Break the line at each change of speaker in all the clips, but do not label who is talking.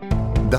The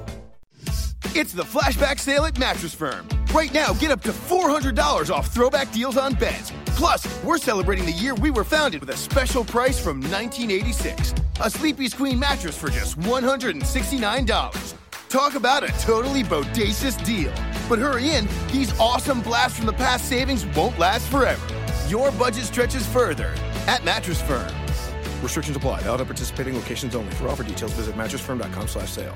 It's the flashback sale at Mattress Firm. Right now, get up to $400 off throwback deals on beds. Plus, we're celebrating the year we were founded with a special price from 1986. A Sleepy's Queen mattress for just $169. Talk about a totally bodacious deal. But hurry in, these awesome blasts from the past savings won't last forever. Your budget stretches further at Mattress Firm. Restrictions apply. Valid at participating locations only. For offer details, visit mattressfirm.com slash sale.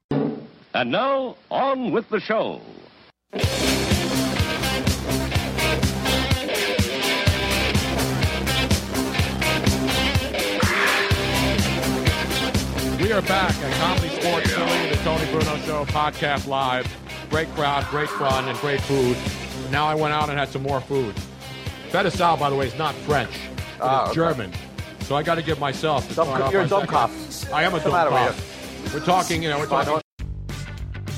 And now, on with the show.
We are back at Comedy Sports Philly, the Tony Bruno Show podcast live. Great crowd, great fun, and great food. Now I went out and had some more food. Fettisal, by the way, is not French. It's German. So I got to give myself. to start off
you're a
my
Ah, dumb
second-
cop.
I am a dumb
matter with
cop. We're talking, you know, we're talking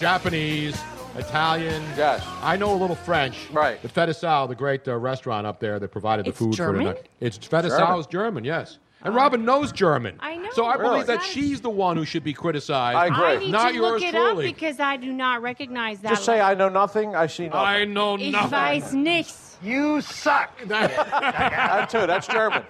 Japanese, Italian.
Yes.
I know a little French.
Right.
The Fettisal, the great uh, restaurant up there that provided the
It's
food
German? Oh.
for tonight. It's Fettisal is German, yes. And Robin knows German.
I know.
So I believe
Really?
that she's the one who should be criticized.
I agree.
I
Right.
need
Not
to
yours
look it
truly.
up because I do not recognize that.
Just say
one.
I know nothing. I see
I
nothing.
know
Ich
nothing.
weiß nichts.
That too. That's German.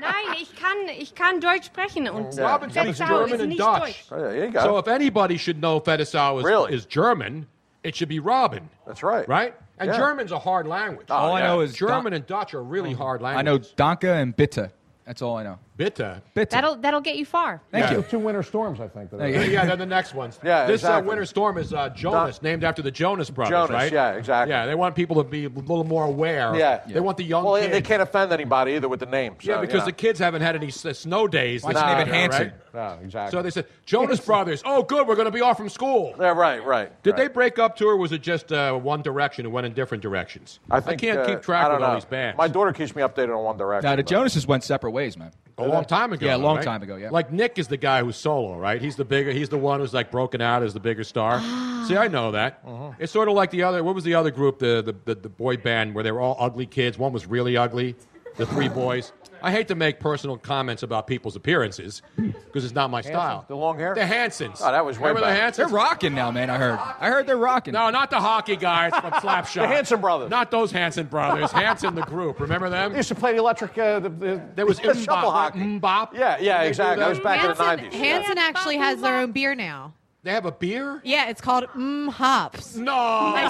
Nein, ich kann, ich kann Deutsch sprechen und
Robin speaks
Fettisau
German
is
and
nicht
Dutch.
Deutsch.
Oh, yeah, you got
So
it.
if anybody should know Fettisal is,
Really?
is German, it should be Robin,
That's right.
right? And
Yeah. Oh,
German's a hard language.
All I
yeah.
know is Don-
German and Dutch are really hard
I know
languages.
Donka and Bitta. That's all I know.
Bitte.
Bitta.
That'll that'll get you far.
Thank
Yeah.
you.
Two winter storms, I think. That
Thank
are-
you.
yeah, then the next one's.
Yeah,
This
exactly.
uh, winter storm is uh, Jonas, named after the Jonas brothers,
Jonas,
right?
yeah, exactly.
Yeah, they want people to be a little more aware.
Yeah.
They want the young
Well,
kids.
they can't offend anybody either with the names.
yeah, because the kids haven't had any s- uh, snow days.
Why
this
don't you name
year,
it Hanson?
No, exactly.
So they said, Jonas Brothers. Oh, good, we're going to be off from school.
Yeah, right, right.
Did they break up too, or was it just uh, one direction and went in different directions?
I, think,
can't
uh,
keep
I
track of
don't
all
know.
these bands.
My daughter keeps me updated on One Direction.
Now, the
but-
Jonases went separate ways, man.
a long time ago.
Yeah, a
though,
long
right?
time ago, yeah.
Like Nick is the guy who's solo, right? He's the bigger. He's the one who's like broken out as the bigger star. See, I know that. It's sort of like the other. What was the other group? The the, the the boy band where they were all ugly kids. One was really ugly. The three boys. I hate to make personal comments about people's appearances because it's not my style.
The long hair?
The Hansons.
Oh, that was way
remember the
back.
Hansons.
They're rocking now, man. I heard. I heard they're rocking.
No, not the hockey guys from Slapshot.
The Hanson brothers.
Not those Hanson brothers. Hanson the group. Remember them? Mm,
They used to play the electric. Uh, the, the,
There was
The
Mbop.
shovel hockey.
Mbop.
Yeah, yeah,
They do
exactly. That was back in the 90s.
Hanson, Hanson actually has their own beer now.
They have a beer.
Yeah, it's called Mmm Hops.
No.
I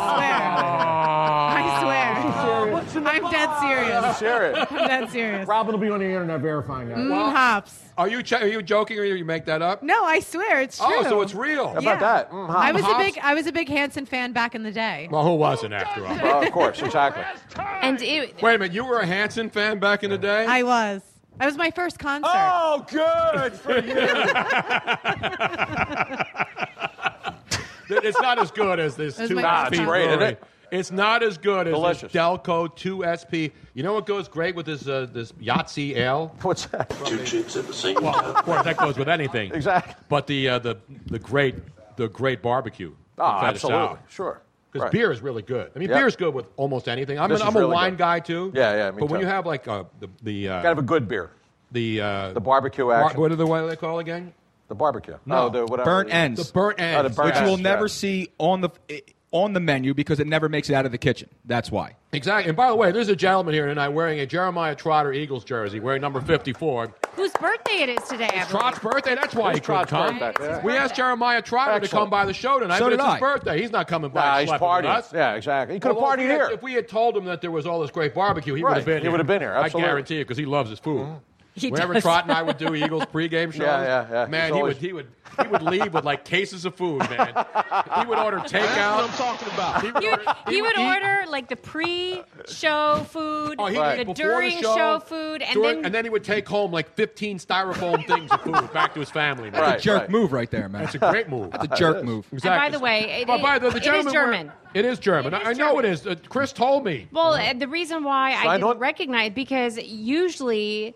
swear. I swear. I'm dead serious.
Serious.
I'm dead serious.
Robin will be on the internet verifying that.
Mmm Hops.
Are you ch- are you joking or you make that up?
No, I swear it's true.
Oh, so it's real.
How about that? Mm, hot.
I was
Hops?
a big I was a big Hanson fan back in the day.
Well, who wasn't after all?
Oh, of course, exactly.
And it,
Wait a minute, you were a Hanson fan back in the day?
I was. That was my first concert.
Oh, good for you.
Th- it's not as good as this
That's
2
my
Nah,
SP
it's great, isn't it?
It's not as good as
Delicious.
this Delco 2SP. You know what goes great with this uh, this Yahtzee L?
What's that?
Well, of course, that goes with anything.
Exactly.
But the uh, the the great the great barbecue. to
Oh,
finish
absolutely.
out.
Sure.
Because
Right.
beer is really good. I mean,
Yep.
beer is good with almost anything. I'm,
This
an,
is
I'm a
really
wine
good.
guy too.
Yeah, yeah, me
but when
too.
you have like uh, the the uh,
Gotta have a good beer.
the uh,
The barbecue
bar-
action.
What are the what do they call it again?
The barbecue.
No,
Oh, the whatever.
burnt ends.
The burnt
Oh, the
ends.
burnt
which you will
ends,
never
yeah.
see on the eh, on the menu because it never makes it out of the kitchen. That's why.
Exactly. And by the way, there's a gentleman here tonight wearing a Jeremiah Trotter Eagles jersey, wearing number 54.
Whose birthday it is today? It's
Trot's birthday. That's why he
It's
couldn't
Trot's
come.
birthday, yeah.
We asked Jeremiah Trotter to
Excellent.
come by the show tonight,
So
but
did
it's his
I.
birthday. He's not coming by.
Nah,
and
he's
schlepping with
partying.
us.
Yeah, exactly. He could've
Although if
partied
we had-
here.
If we had told him that there was all this great barbecue, he would
Right.
have been
He
here.
would've been here, absolutely.
I guarantee you, because he loves his food.
He
Whenever
does.
Trot and I would do Eagles pregame shows,
Yeah, yeah, yeah.
man,
He's
he
always-
would he would he would leave with like cases of food, man. he would order takeout. I'm talking about. He would
He,
order,
he would
eat-
order like the pre-show food,
Oh, he
the
did. Before
during
the
show,
show,
food, and
during-
then
and then he would take home like 15 styrofoam things of food back to his family. man.
That's a jerk move right there, man.
That's a great move.
That's a jerk move.
Exactly.
And by the way, it-
But by the- the
it is
gentleman we're-
German.
It is German. I I know it is. Uh, Chris told me.
Well, uh, the reason why
So I
I
don't-
didn't recognize because usually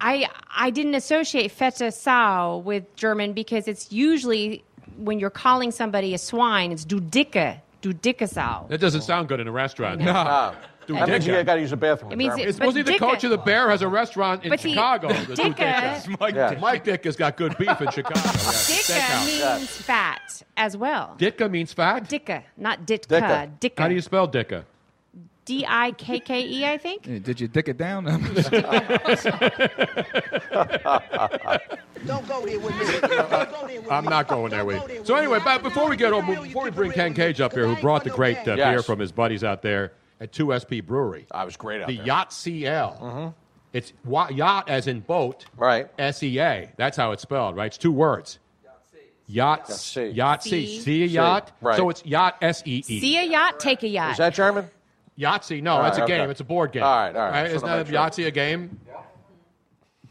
I I didn't associate feta sau with German because it's usually when you're calling somebody a swine, it's du dicke, du dicke sau.
That doesn't sound good in a restaurant.
No. No.
Dude,
That means
Dicka.
you got to use the bathroom.
It means
apparently.
it-
It's
but
supposed to be the
Dicka-
coach of the Bear has a restaurant in
But he-
Chicago. the two
Dicka-
Dickas. Mike,
Yeah.
Dick. Mike Dick has got good beef in Chicago. Yeah,
Dicke
steakhouse.
means fat as well.
Ditka means fat.
Dicke, not ditka.
Dicka. How do
Dicke.
you spell Dicka?
D I K K E, I think.
Eh, Did you dick it down?
Don't go there with me.
I'm not going there with you. So anyway, but before we get on, before we bring Ken Cage up here, who brought the great uh,
Yes.
beer from his buddies out there at 2SP Brewery.
I was great out
the
there. Mm-hmm.
Yacht CL. It's wa- yacht as in boat. Right. S-E-A. That's how it's spelled, right? It's two words. Yacht C. Yacht C.
C.
See a
C.
yacht?
Right.
So it's yacht E S-E-E.
See a yacht, take a yacht.
Is that German?
Yahtzee. No,
All
that's
right,
a game.
okay.
It's a board game.
All right, all right. Just
Isn't
wanna
that
make sure.
Yahtzee a game?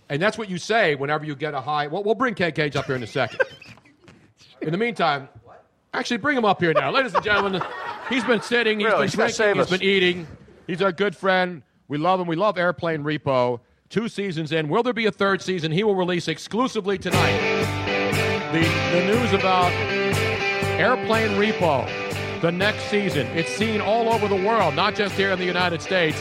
And that's what you say whenever you get a high. Well, we'll bring Ken Cage up here in a second. in the meantime, actually, bring him up here now, ladies and gentlemen. He's been sitting. He's
Really,
been
he's gonna
drinking.
save
He's
us.
been eating. He's our good friend. We love him. We love Airplane Repo. Two seasons in. Will there be a third season? He will release exclusively tonight the, the news about Airplane Repo, the next season. It's seen all over the world, not just here in the United States.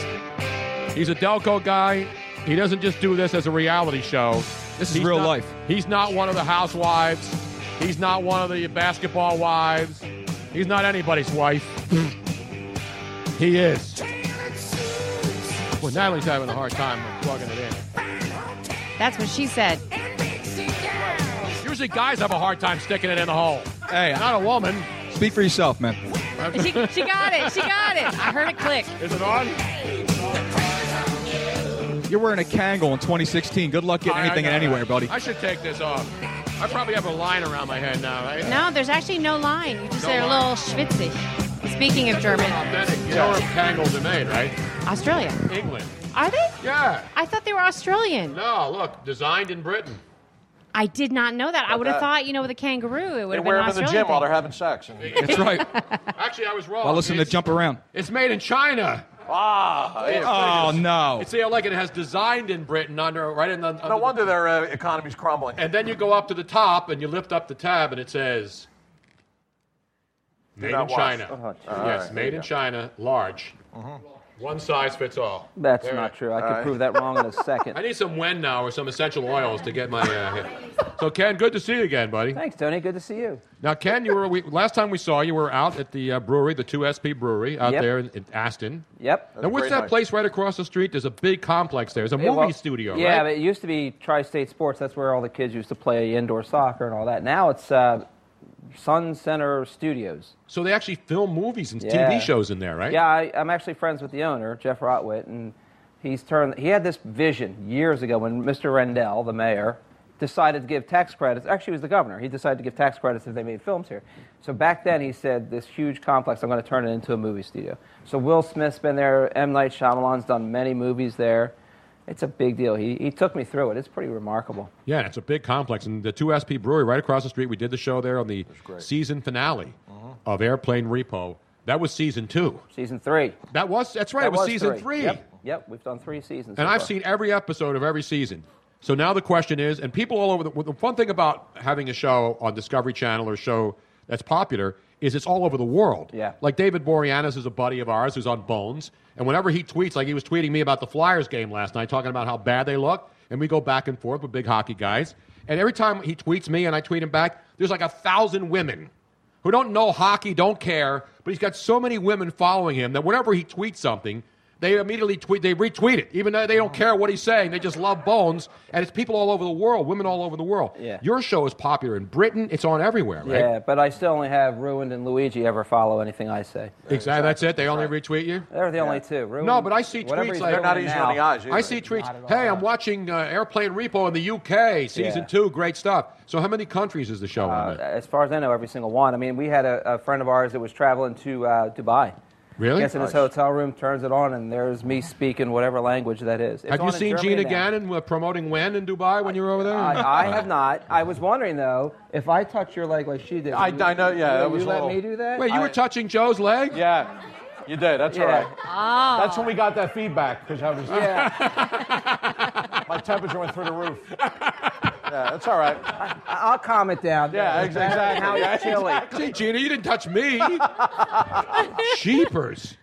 He's a Delco guy. He doesn't just do this as a reality show.
This is
He's
real
not-
life.
He's not one of the housewives. He's not one of the basketball wives. He's not anybody's wife. he is. Well, Natalie's having a hard time plugging it in.
That's what she said.
Usually, guys have a hard time sticking it in the hole.
Hey,
not a woman.
Speak for yourself, man.
She, she got it. She got it. I heard it click.
Is it on?
You're wearing a Kangol in 2016. Good luck getting
I- I
anything in
know.
anywhere, buddy.
I should take this off. I probably have a line around my head now. I,
No, there's actually no line. You just
No
said a
line.
little schwitzig. Speaking of German,
Authentic. You know where Kangles are made, right?
Australia.
England.
Are they?
Yeah.
I thought they were Australian.
No, look, designed in Britain.
I did not know that. I
Not
would have
that.
thought, you know, with a kangaroo, it would
They
have
wear them
been
in the
Australian.
gym while they're having sex.
That's right.
Actually, I was wrong.
Well, listen to
It's-
jump around.
It's made in China.
Ah,
Oh, no.
It's the like it has designed in Britain under right in the. Under
No wonder their uh, economy's crumbling.
And then you go up to the top and you lift up the tab and it says. Made in
not watch.
China.
Uh-huh.
yes,
Alright, there
made
you
in
go. Mm-hmm.
China, large. One size fits all.
That's
There
not
it-
true. I
Alright.
could prove that wrong in a second.
I need some Wen now or some essential oils to get my. Uh, hit. so Ken, good to see you again, buddy.
Thanks, Tony. Good to see you.
Now, Ken, you were we, last time we saw you were out at the uh, brewery, the Two SP Brewery, out
Yep.
there in, in Aston.
Yep.
now, what's that place right across the street? There's a big complex there. There's a
Yeah,
movie
well,
studio,
Yeah,
right?
but it used to be Tri-State Sports. That's where all the kids used to play indoor soccer and all that. Now it's uh, Sun Center Studios.
so they actually film movies and
Yeah.
TV shows in there, right?
Yeah, I, I'm actually friends with the owner, Jeff Rotwit, and he's turned. He had this vision years ago when Mr. Rendell, the mayor, decided to give tax credits. Actually, he was the governor. He decided to give tax credits if they made films here. So back then, he said, "This huge complex, I'm going to turn it into a movie studio." So Will Smith's been there. M. Night Shyamalan's done many movies there. It's a big deal. He, he took me through it. It's pretty remarkable.
Yeah, it's a big complex. And the 2SP Brewery right across the street, we did the show there on the season finale
Mm-hmm.
of Airplane Repo. That was season two.
Season three.
That was, that's right,
That
it was, season three.
Yep, yep, we've done three seasons.
And
so
I've
far.
seen every episode of every season. So now the question is, and people all over the, the fun thing about having a show on Discovery Channel or a show that's popular is it's all over the world. Yeah. Like David Boreanaz is a buddy of ours who's on Bones, and whenever he tweets, like he was tweeting me about the Flyers game last night, talking about how bad they look, and we go back and forth with big hockey guys. And every time he tweets me and I tweet him back, there's like a thousand women who don't know hockey, don't care, but he's got so many women following him that whenever he tweets something, they immediately tweet, they retweet it, even though they don't care what he's saying. They just love Bones, and it's people all over the world, women all over the world.
Yeah.
Your show is popular in Britain; it's on everywhere, right?
Yeah, but I still only have Ruined and Luigi ever follow anything I say.
Exactly. That's it. They only retweet you.
They're the only two. Ruined,
No, but I see
whatever
tweets
he's
like
doing now-
I see tweets. Hey, I'm watching uh, Airplane Repo in the UK, season
Yeah.
two. Great stuff. So, how many countries is the show in?
Uh, as far as I know, every single one. I mean, we had a, a friend of ours that was traveling to uh, Dubai.
Really?
Gets in his
Nice.
hotel room, turns it on, and there's me speaking whatever language that is. It's
Have you
on in
seen
Germany
Gina
now.
Gannon uh, promoting when in Dubai when you were over there?
I, I have not. I was wondering though, if I touch your leg like she did,
I-
will you-
I know, yeah,
will
that
you
was a
let
little-
me do that?
Wait, you were touching Joe's leg?
Yeah, you did. That's
Yeah.
all right.
Ah. That's when we got that feedback because I was.
Yeah.
My temperature went through the roof.
Yeah, that's all right.
I, I'll calm it down.
Yeah, ex- exactly.
How
Yeah,
it's chilly.
exactly.
Gee, Gina, you didn't touch me. Jeepers.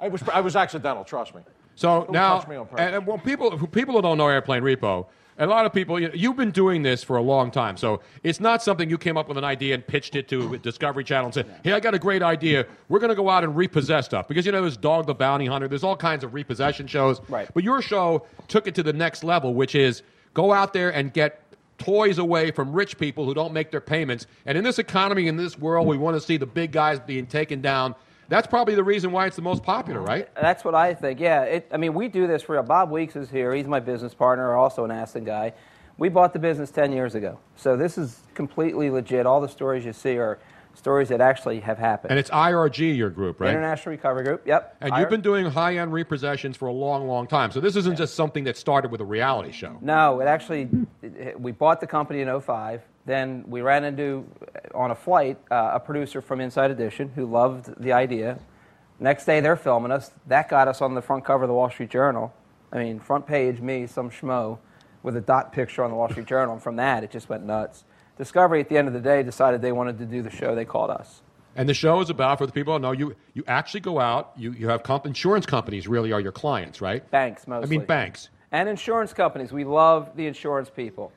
I was, I was accidental, trust me.
So
Don't
now,
touch me on purpose.
and, and well, people who people who don't know Airplane Repo, a lot of people, you, you've been doing this for a long time. So it's not something you came up with an idea and pitched it to Discovery Channel and said, "Hey, I got a great idea. We're going to go out and repossess stuff." Because you know, there's Dog the Bounty Hunter. There's all kinds of repossession shows. Right. But your show took it to the next level, which is go out there and get toys away from rich people who don't make their payments. And in this economy, in this world, we want to see the big guys being taken down. That's probably the reason why it's the most popular, right?
That's what I think. Yeah, it, I mean, we do this for real. Bob Weeks is here. He's my business partner, also an Aston guy. We bought the business 10 years ago. So this is completely legit. All the stories you see are stories that actually have happened.
And it's IRG, your group, right?
International Recovery Group, yep.
And
I-
you've been doing high end repossessions for a long, long time. So this isn't just something that started with a reality show.
No, it actually, it- it- we bought the company in 05. Then we ran into, uh, on a flight, uh, a producer from Inside Edition who loved the idea. Next day, they're filming us. That got us on the front cover of the Wall Street Journal. I mean, front page, me, some schmo, with a dot picture on the Wall Street Journal. And from that, it just went nuts. Discovery, at the end of the day, decided they wanted to do the show. They called us.
And the show is about, for the people who know, you, you actually go out, you, you have comp- insurance companies really are your clients, right?
Banks,
I
mostly.
mean, banks.
And insurance companies. We love the insurance people.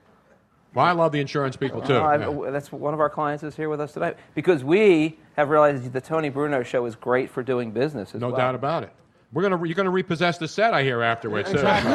Well, I love the insurance people too.
No, Oh, I-
yeah.
That's one of our clients is here with us tonight because we have realized the Tony Bruno show is great for doing business. As
No
well.
doubt about it. We're gonna, re- you're going to repossess the set, I hear, afterwards. too.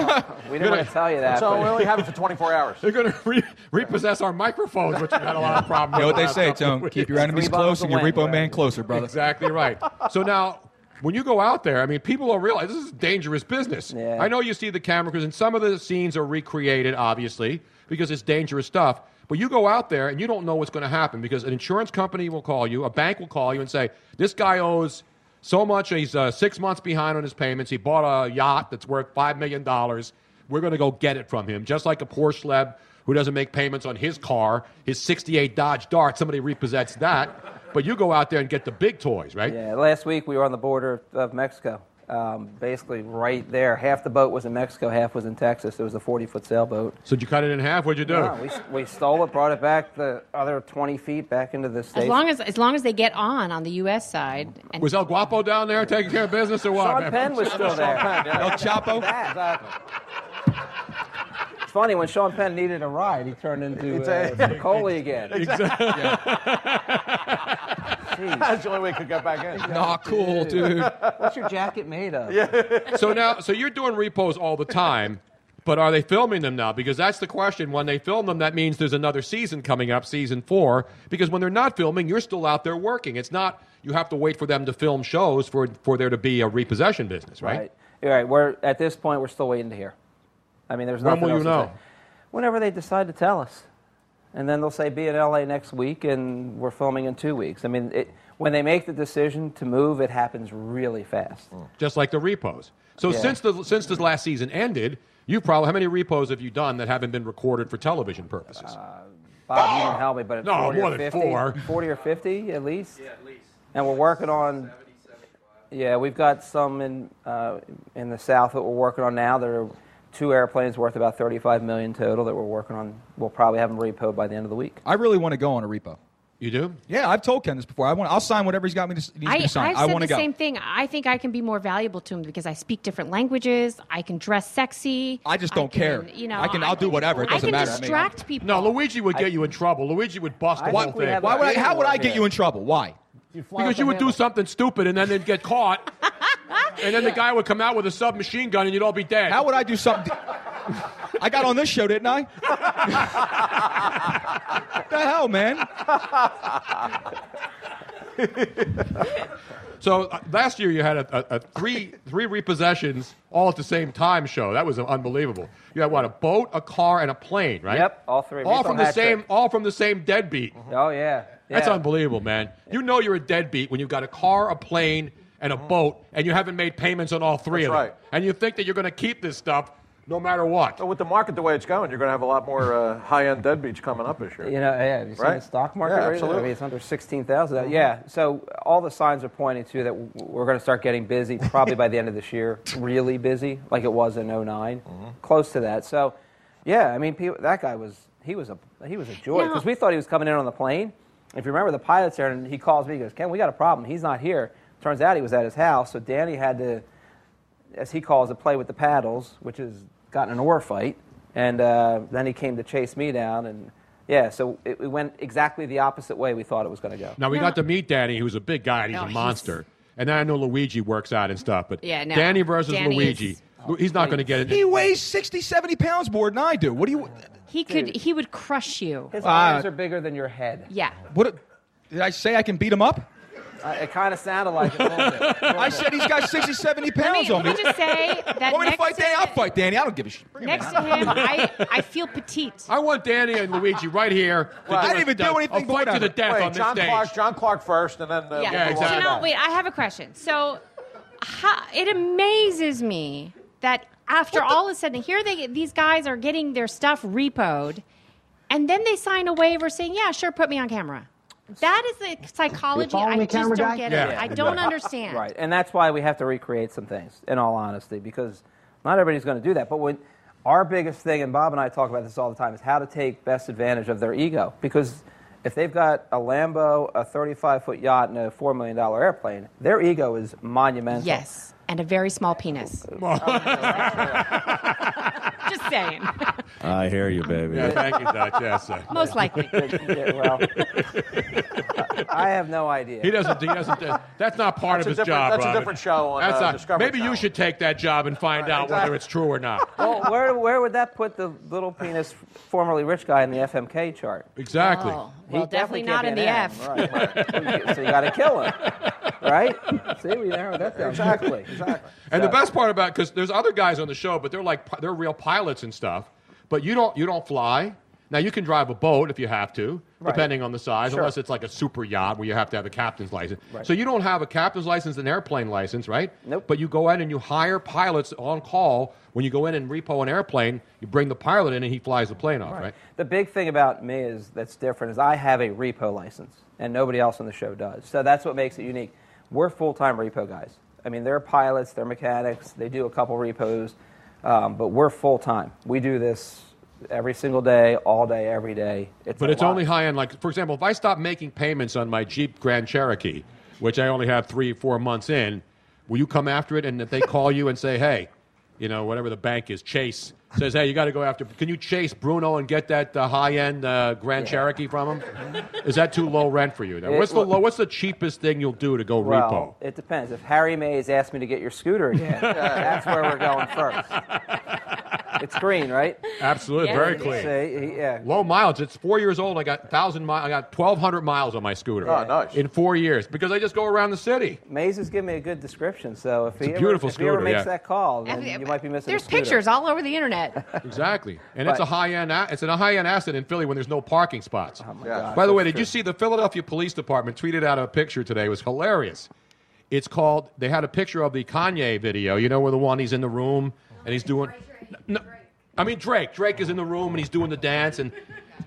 We didn't want to tell you that.
So
but-
we only have it for 24 hours.
They're going to re- repossess our microphones, which we had a lot of problems
You know
with.
what they
last
say,
couple of
Tone? Keep
weeks.
your enemies close and your repo man closer, brother.
Exactly right. So now, when you go out there, I mean, people don't realize this is dangerous business. I know you see the camera crews, and some of the scenes are recreated, obviously, because it's dangerous stuff. But you go out there and you don't know what's going to happen because an insurance company will call you, a bank will call you and say, "This guy owes so much. He's uh, six months behind on his payments. He bought a yacht that's worth five million dollars. We're going to go get it from him, just like a poor schleb who doesn't make payments on his car, his '68 Dodge Dart. Somebody repossesses that." But you go out there and get the big toys, right?
Yeah, last week we were on the border of Mexico, um, basically right there. Half the boat was in Mexico, half was in Texas. There was a 40 foot sailboat.
So did you cut it in half? What'd you do?
Yeah, we, s- we stole it, brought it back the other 20 feet back into the states.
As long as as long as they get on on the U.S. side, and
was El Guapo down there taking care of business or what?
Sean
man?
Penn was still there.
El Chapo.
It's funny when Sean Penn needed a ride, he turned into uh, Coley again.
Exactly.
Jeez.
That's the only way it could get back in.
Nah, cool, dude.
What's your jacket made of?
so now, so you're doing repos all the time, but are they filming them now? Because that's the question. When they film them, that means there's another season coming up, season four. Because when they're not filming, you're still out there working. It's not you have to wait for them to film shows for for there to be a repossession business, right?
Right. You're right. We're at this point. We're still waiting to hear. I mean, there's
When
nothing
will you
else to
know?
say. Whenever they decide to tell us, and then they'll say, "Be in LA next week," and we're filming in two weeks. I mean, it, when they make the decision to move, it happens really fast.
Just like the repos. So
Yeah.
since the since this last season ended, you probably how many repos have you done that haven't been recorded for television purposes?
Bob, you can help me, but it's
No,
40
more
or
than
50,
four.
40 or 50 at least. Yeah, at least. And we're working on. Yeah, we've got some in uh, in the south that we're working on now. There are two airplanes worth about 35 million total that we're working on. We'll probably have them repoed by the end of the week.
I really want to go on a repo.
You do?
Yeah, I've told Ken this before. I want. I'll sign whatever he's got me to, s- needs me
I,
to sign.
I've said
want
the
to go.
same thing. I think I can be more valuable to him because I speak different languages. I can dress sexy.
I just don't
can,
care.
You know,
I can. I'll do whatever. It
I
doesn't
can
matter.
distract people.
No, Luigi would get you in trouble. Luigi would bust the
Why,
whole thing.
why would I? How would I get you in trouble? Why?
Because you would do something stupid and then they'd get caught, and then the guy would come out with a submachine gun and you'd all be dead. How
would I do something? I got on this show, didn't I? the hell, man?
So uh, last year you had a, a, a three three repossessions all at the same time show. That was unbelievable. You had what a boat, a car, and a plane, right?
Yep, all three.
All
Rico
from the
hat trick.
same all from the same deadbeat.
Mm-hmm.
Oh yeah.
That's
Yeah.
unbelievable, man. You know you're a deadbeat when you've got a car, a plane, and a boat, and you haven't made payments on all three
That's
of them.
right.
And you think that you're going to keep this stuff no matter what.
So with the market the way it's going, you're going to have a lot more uh, high-end deadbeats coming up this year.
You know, yeah, have you seen
right?
the stock market?
Yeah,
right now? I mean,
absolutely.
it's under 16,000. Yeah, so all the signs are pointing to that w- we're going to start getting busy probably by the end of this year, really busy, like it was in 9
Mm-hmm.
close to that. So, yeah, I mean, people, that guy was, he was a, he was a joy
Now-
because we thought he was coming in on the plane. If you remember, the pilot's there, and he calls me, he goes, Ken, we got a problem. He's not here. Turns out he was at his house, so Danny had to as he calls it, play with the paddles, which has gotten an oar fight. And uh, then he came to chase me down, and yeah, so it, it went exactly the opposite way we thought it was going to go.
Now we got to meet Danny, who's a big guy and he's
No,
a
he's-
monster. And I know Luigi works out and stuff, but
Yeah, no.
Danny versus
Danny
Luigi,
is-
Lu- he's not going to get it.
He weighs 60, 70 pounds more than I do. What do you?
He could. He would crush you.
His
Uh,
eyes are bigger than your head.
Yeah.
What? Did I say I can beat him up?
Uh, it kind of sounded like it. A little bit.
I said he's got 60, 70 pounds on
Let me
me.
just say that
Want
next
me to fight Danny? I'll fight Danny. I don't give a shit.
Next to him, I, I feel petite.
I want Danny and Luigi right here. to
Well,
do
I didn't
a-
even do
a-
anything
A fight
but
to the
whatever.
death
Wait,
on this
John
stage.
Clark- John Clark first, and then uh,
Yeah.
we'll go on
exactly.
to
So
that.
no, wait. I have a question. So, how, it amazes me that after all is said and here, they these guys are getting their stuff repoed, and then they sign a waiver saying, "Yeah, sure, put me on camera." That is the psychology
follow
I
me,
just
camera
don't
guy?
get. It.
Yeah.
I don't
Right.
understand.
Right, and that's why we have to recreate some things, in all honesty, because not everybody's going to do that. But when our biggest thing, and Bob and I talk about this all the time, is how to take best advantage of their ego. Because if they've got a Lambo, a 35 foot yacht, and a $4 million airplane, their ego is monumental.
Yes, and a very small penis. just saying.
I hear you, baby.
Yeah, thank you, Dutch. Yes, sir.
Most likely.
Yeah, well, I have no idea.
He doesn't. He doesn't. uh, That's not part
That's a
of his
different-
job.
that's a
Robin.
different show on,
That's
uh,
not-
Discovery
Maybe you should take that job and find out whether it's true or not.
Well, where, where would that put the little penis formerly rich guy in the FMK chart?
Exactly. Oh,
He
well, definitely
can't
not
be an
in the
M,
F.
Right, right. so you got to kill him, right? See, we narrowed that down. Exactly. Exactly.
And the best part about because there's other guys on the show, but they're like pi- they're real pilots and stuff. But you don't you don't fly. Now you can drive a boat if you have to,
Right.
depending on the size,
Sure.
unless it's like a super yacht where you have to have a captain's license. So you don't have a captain's license and airplane license, right? Nope. But you go in and you hire pilots on call. When you go in and repo an airplane, you bring the pilot in and he flies the plane off, right?
The big thing about me is that's different is I have a repo license, and nobody else on the show does. So that's what makes it unique. We're full-time repo guys. I mean, they're pilots, they're mechanics, they do a couple repos, um, but we're full-time. We do this every single day, all day, every day. It's
But
a
it's
lot.
only high end. Like, for example, if I stop making payments on my Jeep Grand Cherokee, which I only have three, four months in, will you come after it? And if they call you and say, hey, you know, whatever the bank is, Chase says, hey, you got to go after, can you chase Bruno and get that uh, high end uh, Grand Cherokee from him? is that too low rent for you? Now,
It-
what's, the
well-
low, what's the cheapest thing you'll do to go repo?
Well, it depends. If Harry Mays asked me to get your scooter again, that's where we're going first. It's green, right?
Absolutely,
Yes,
very
it
clean.
is. Say, yeah.
Low mileage. It's four years old. I got thousand mi- I got twelve hundred miles on my scooter.
Oh, nice.
In four years, because I just go around the city.
Mays has given me a good description, so if he
a
ever,
beautiful
if he ever
scooter,
makes
yeah.
that call, then
Every-
you might be missing. a
There's
scooter.
pictures all over the internet.
Exactly, and it's
But-
a high end. It's a high end asset in Philly when there's no parking spots.
Oh, God,
By the way,
that's
did you see the Philadelphia Police Department tweeted out a picture today? It was hilarious. It's called. They had a picture of the Kanye video. You know where the one he's in the room and he's doing. No, I mean Drake. Drake is in the room and he's doing the dance and.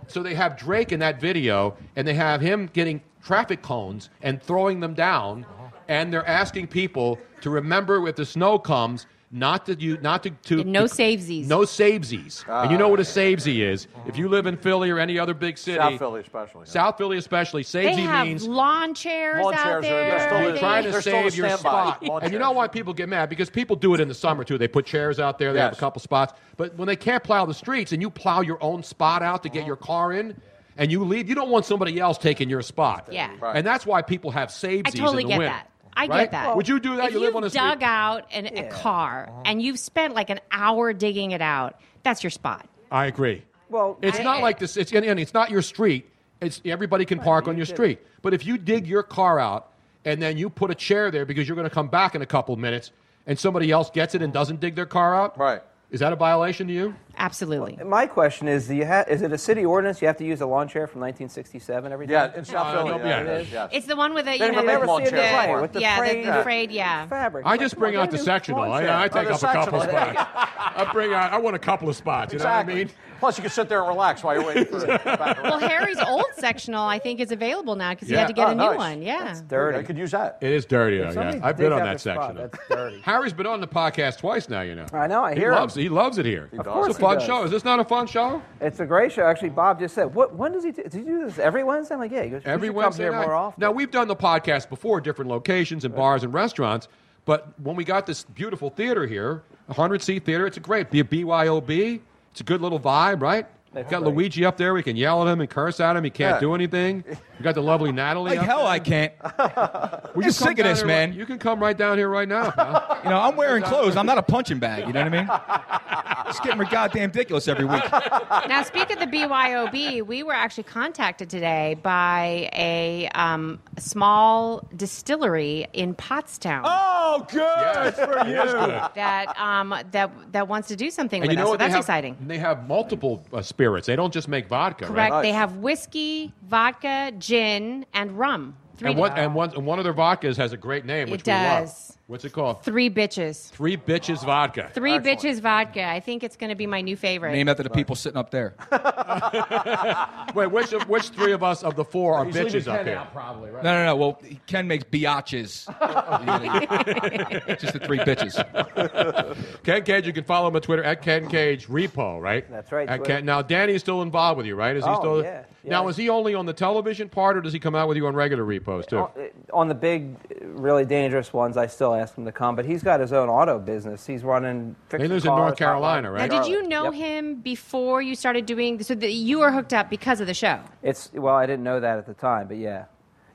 So they have Drake in that video, and they have him getting traffic cones and throwing them down, and they're asking people to remember if the snow comes not to you, not to, to
No
to-
savesies.
no savesies. and you know what a savesy is. If you live in Philly or any other big city,
Ah. South Philly especially.
South Philly especially,
They
savesy
have
means
lawn chairs
Lawn
out
chairs are-
there.
they're still-
you're trying to
They're still
save
a
your
standby.
spot.
Lawn
And you know why people get mad? Because people do it in the summer too. They put chairs out there, they have a
Yes.
couple spots. But when they can't plow the streets and you plow your own spot out
Uh-huh.
to get your car in and you leave, you don't want somebody else taking your spot.
Yeah.
Right.
And that's why people have savesies
I totally
in the
get
winter.
that. I get
Right?
that.
Would you do that?
If
you live on a
dug
street.
out an, a car
Uh-huh.
and you've spent like an hour digging it out, that's your spot.
I agree.
Well,
It's
I-
not like this. It's and and it's not your street. It's everybody can park on your street. But if you dig your car out and then you put a chair there because you're going to come back in a couple minutes, and somebody else gets it and doesn't dig their car out, right? Is that a violation to you?
Absolutely.
My question is: do you ha- Is it a city ordinance? You have to use a lawn chair from 1967 every
Yeah,
time?
in South Philly,
Is that
yeah,
what it
yeah,
is?
yeah.
It's the one with a you
They
know
don't make lawn chairs anymore. With the
yeah,
frayed-
the, the frayed yeah
fabric.
I just bring out the sectional. I, I take up a couple spots. I bring out. I want a couple of spots. You
Exactly.
know what I mean?
Plus, you can sit there and relax while you're waiting for it.
well, Harry's old sectional, I think, is available now because
Yeah.
he had to get
Oh,
a new
nice.
one. Yeah.
dirty.
I could use that.
It is dirty. though, yeah,
somebody
I've been
digs
on
out
that
their spot,
section. Harry's been on the podcast twice now. You know.
I know, I
he
hear
Loves,
him.
He loves it here.
Of course
it's a
he
fun
does.
show. Is this not a fun show?
It's a great show. Actually, Bob just said, "What? When does he do? Does he do this every Wednesday?" I'm like, "Yeah, he goes,
Every
we should
Wednesday
come here
night.
more often."
Now we've done the podcast before, different locations and bars and restaurants. But when we got this beautiful theater here, a hundred seat theater, it's a great be a BYOB. It's a good little vibe, right? We've got Luigi up there. We can yell at him and curse at him. He can't
Yeah.
do anything. We got the lovely Natalie.
Like
up
hell,
there.
I can't.
We're
just sick of this, man.
you can come right down here right now. pal.
You know, I'm wearing clothes. I'm not a punching bag. You know what I mean? It's getting goddamn ridiculous every week.
now, speak of the BYOB, we were actually contacted today by a um, small distillery in Pottstown
Oh, good for you.
that um, that that wants to do something
and
with
you
us.
know what?
So
They
that's
have-
exciting.
They have multiple uh, spirits. They don't just make vodka,
Correct.
right?
They have whiskey, vodka, gin, and rum. Three
and, what, and, one, and one of their vodkas has a great name,
It
which we love.
does.
What's it called?
three bitches.
Three Bitches Vodka.
Three bitches vodka. I think it's going to be my new favorite.
Name after the people sitting up there.
Wait, which of, which three of us of the four are
He's leaving
bitches up
Ken
here?
out No, no, no. Well, Ken makes biatches. Just the three bitches.
Ken Cage, you can follow him on Twitter at Ken Cage Repo, right? That's
right,
At
Twitter.
Ken, now Danny's still involved with you, right? Is he
Oh,
still?
yeah, yeah.
Now is he only on the television part, or does he come out with you on regular repos too?
On- Uh, on the big, uh, really dangerous ones, I still ask him to come. But he's got his own auto business. He's running.
He lives in
cars,
North Carolina,
hot
right?
Now,
rods.
did you know him before you started doing? So that you were hooked up because of the show.
It's well, I didn't know that at the time, but yeah,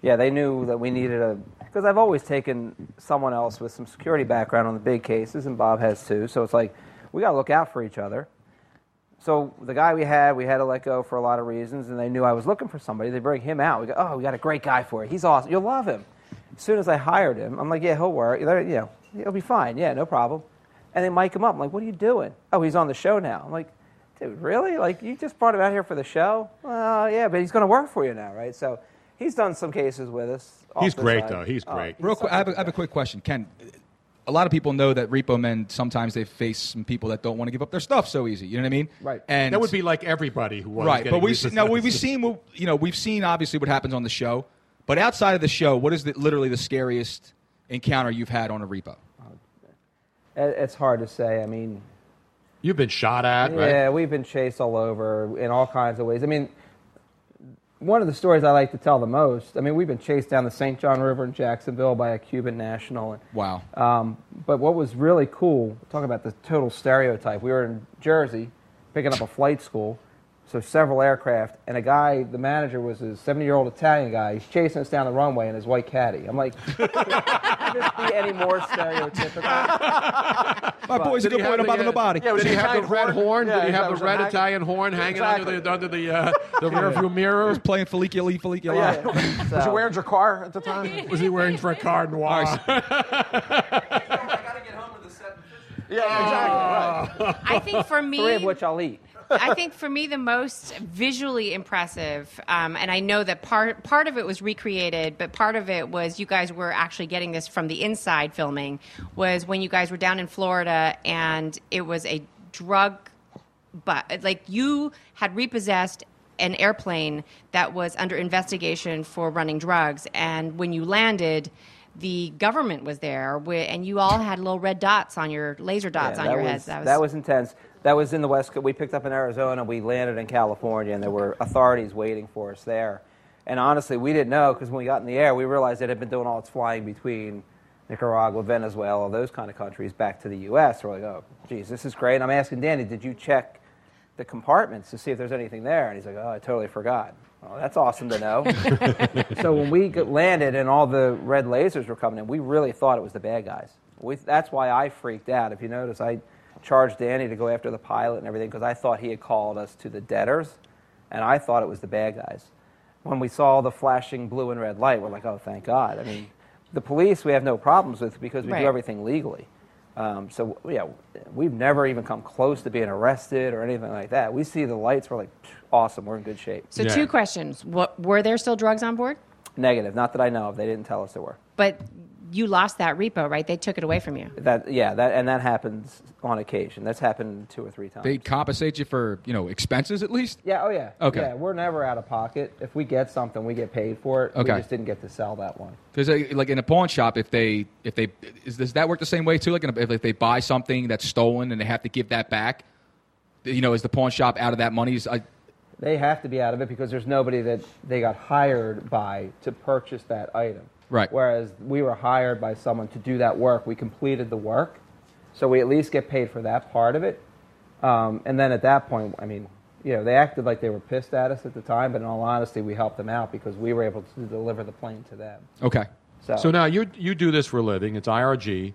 yeah, they knew that we needed a because I've always taken someone else with some security background on the big cases, and Bob has too. So it's like we got to look out for each other. So the guy we had, we had to let go for a lot of reasons, and they knew I was looking for somebody. They bring him out. We go, oh, we got a great guy for it. He's awesome. You'll love him. As soon as I hired him, I'm like, yeah, he'll work. You know, he'll be fine. Yeah, no problem. And they mic him up. I'm like, what are you doing? Oh, he's on the show now. I'm like, dude, really? Like, you just brought him out here for the show? Well, yeah, but he's going to work for you now, right? So he's done some cases with us. off
He's
the
great
side.
though. He's
Oh,
great.
Real quick, I have, a, I have a quick question, Ken. A lot of people know that repo men sometimes they face some people that don't want to give up their stuff so easy. You know what I mean? Right. And
that would be like everybody who was
right.
getting
But we've
used to
seen, now
this.
we- we've seen what- you know we've seen obviously what happens on the show, but outside of the show, what is the, literally the scariest encounter you've had on a repo?
Uh, It- It's hard to say. I mean,
You've been shot at,
Yeah,
right?
we've been chased all over in all kinds of ways. I mean, one of the stories I like to tell the most. I mean, we've been chased down the St. John River in Jacksonville by a Cuban national.
Wow.
Um, but what was really cool, talk about the total stereotype. We were in Jersey picking up a flight school, so several aircraft, and a guy, the manager was a 70 year old Italian guy. He's chasing us down the runway in his white caddy. I'm like, be any more stereotypical.
My boy's a good boy, no bother nobody.
Yeah, did he have the red horn?
Yeah,
did he
that
have
was
the
a
red
hang-
Italian horn hanging under the under the uh, the
Yeah.
rearview mirror?
He's playing Felicula
Oh,
Felicula.
Was you wearing your car at the time?
Was he wearing for a car noir?
Yeah, exactly. Right.
I think for me,
Three of which I'll eat.
I think for me the most visually impressive, um, and I know that part part of it was recreated, but part of it was you guys were actually getting this from the inside filming. Was when you guys were down in Florida and it was a drug, but like you had repossessed an airplane that was under investigation for running drugs, and when you landed. the government was there, wi- and you all had little red dots on your laser dots
Yeah,
on
that
your
was,
heads.
that was intense. That was in the West. Co- We picked up in Arizona. We landed in California, and there were authorities waiting for us there. And honestly, we didn't know because when we got in the air, we realized it had been doing all its flying between Nicaragua, Venezuela, those kind of countries, back to the U.S. We're like, oh, geez, this is great. And I'm asking Danny, did you check the compartments to see if there's anything there? And he's like, oh, I totally forgot. Well, that's awesome to know. so when we g- landed and all the red lasers were coming in, we really thought it was the bad guys. We, that's why I freaked out. If you notice, I charged Danny to go after the pilot and everything because I thought he had called us to the debtors, and I thought it was the bad guys. When we saw the flashing blue and red light, we're like, oh, thank God. I mean, the police we have no problems with because we
Right.
do everything legally. Um, so, yeah, we've never even come close to being arrested or anything like that. We see the lights, we're like, "Phew, awesome, we're in good shape.
so two questions: what, Were there still drugs on board?
Negative, not that I know of. They didn't tell us there were.
But you lost that repo, right? They took it away from you.
That yeah, that and that happens on occasion. That's happened two or three times.
They compensate you for you know expenses at least.
yeah, oh yeah.
Okay.
Yeah, we're never out of pocket. If we get something, we get paid for it. We
Okay.
just didn't get to sell that one.
Because uh, like in a pawn shop, if they if they is, does that work the same way too? Like in a, if, if they buy something that's stolen and they have to give that back, you know, is the pawn shop out of that money? Is, I,
They have to be out of it because there's nobody that they got hired by to purchase that item.
Right.
Whereas we were hired by someone to do that work. We completed the work, so we at least get paid for that part of it. Um, and then at that point, I mean, you know, they acted like they were pissed at us at the time, but in all honesty, we helped them out because we were able to deliver the plane to them.
okay.
So-
So now you you do this for a living. It's IRG.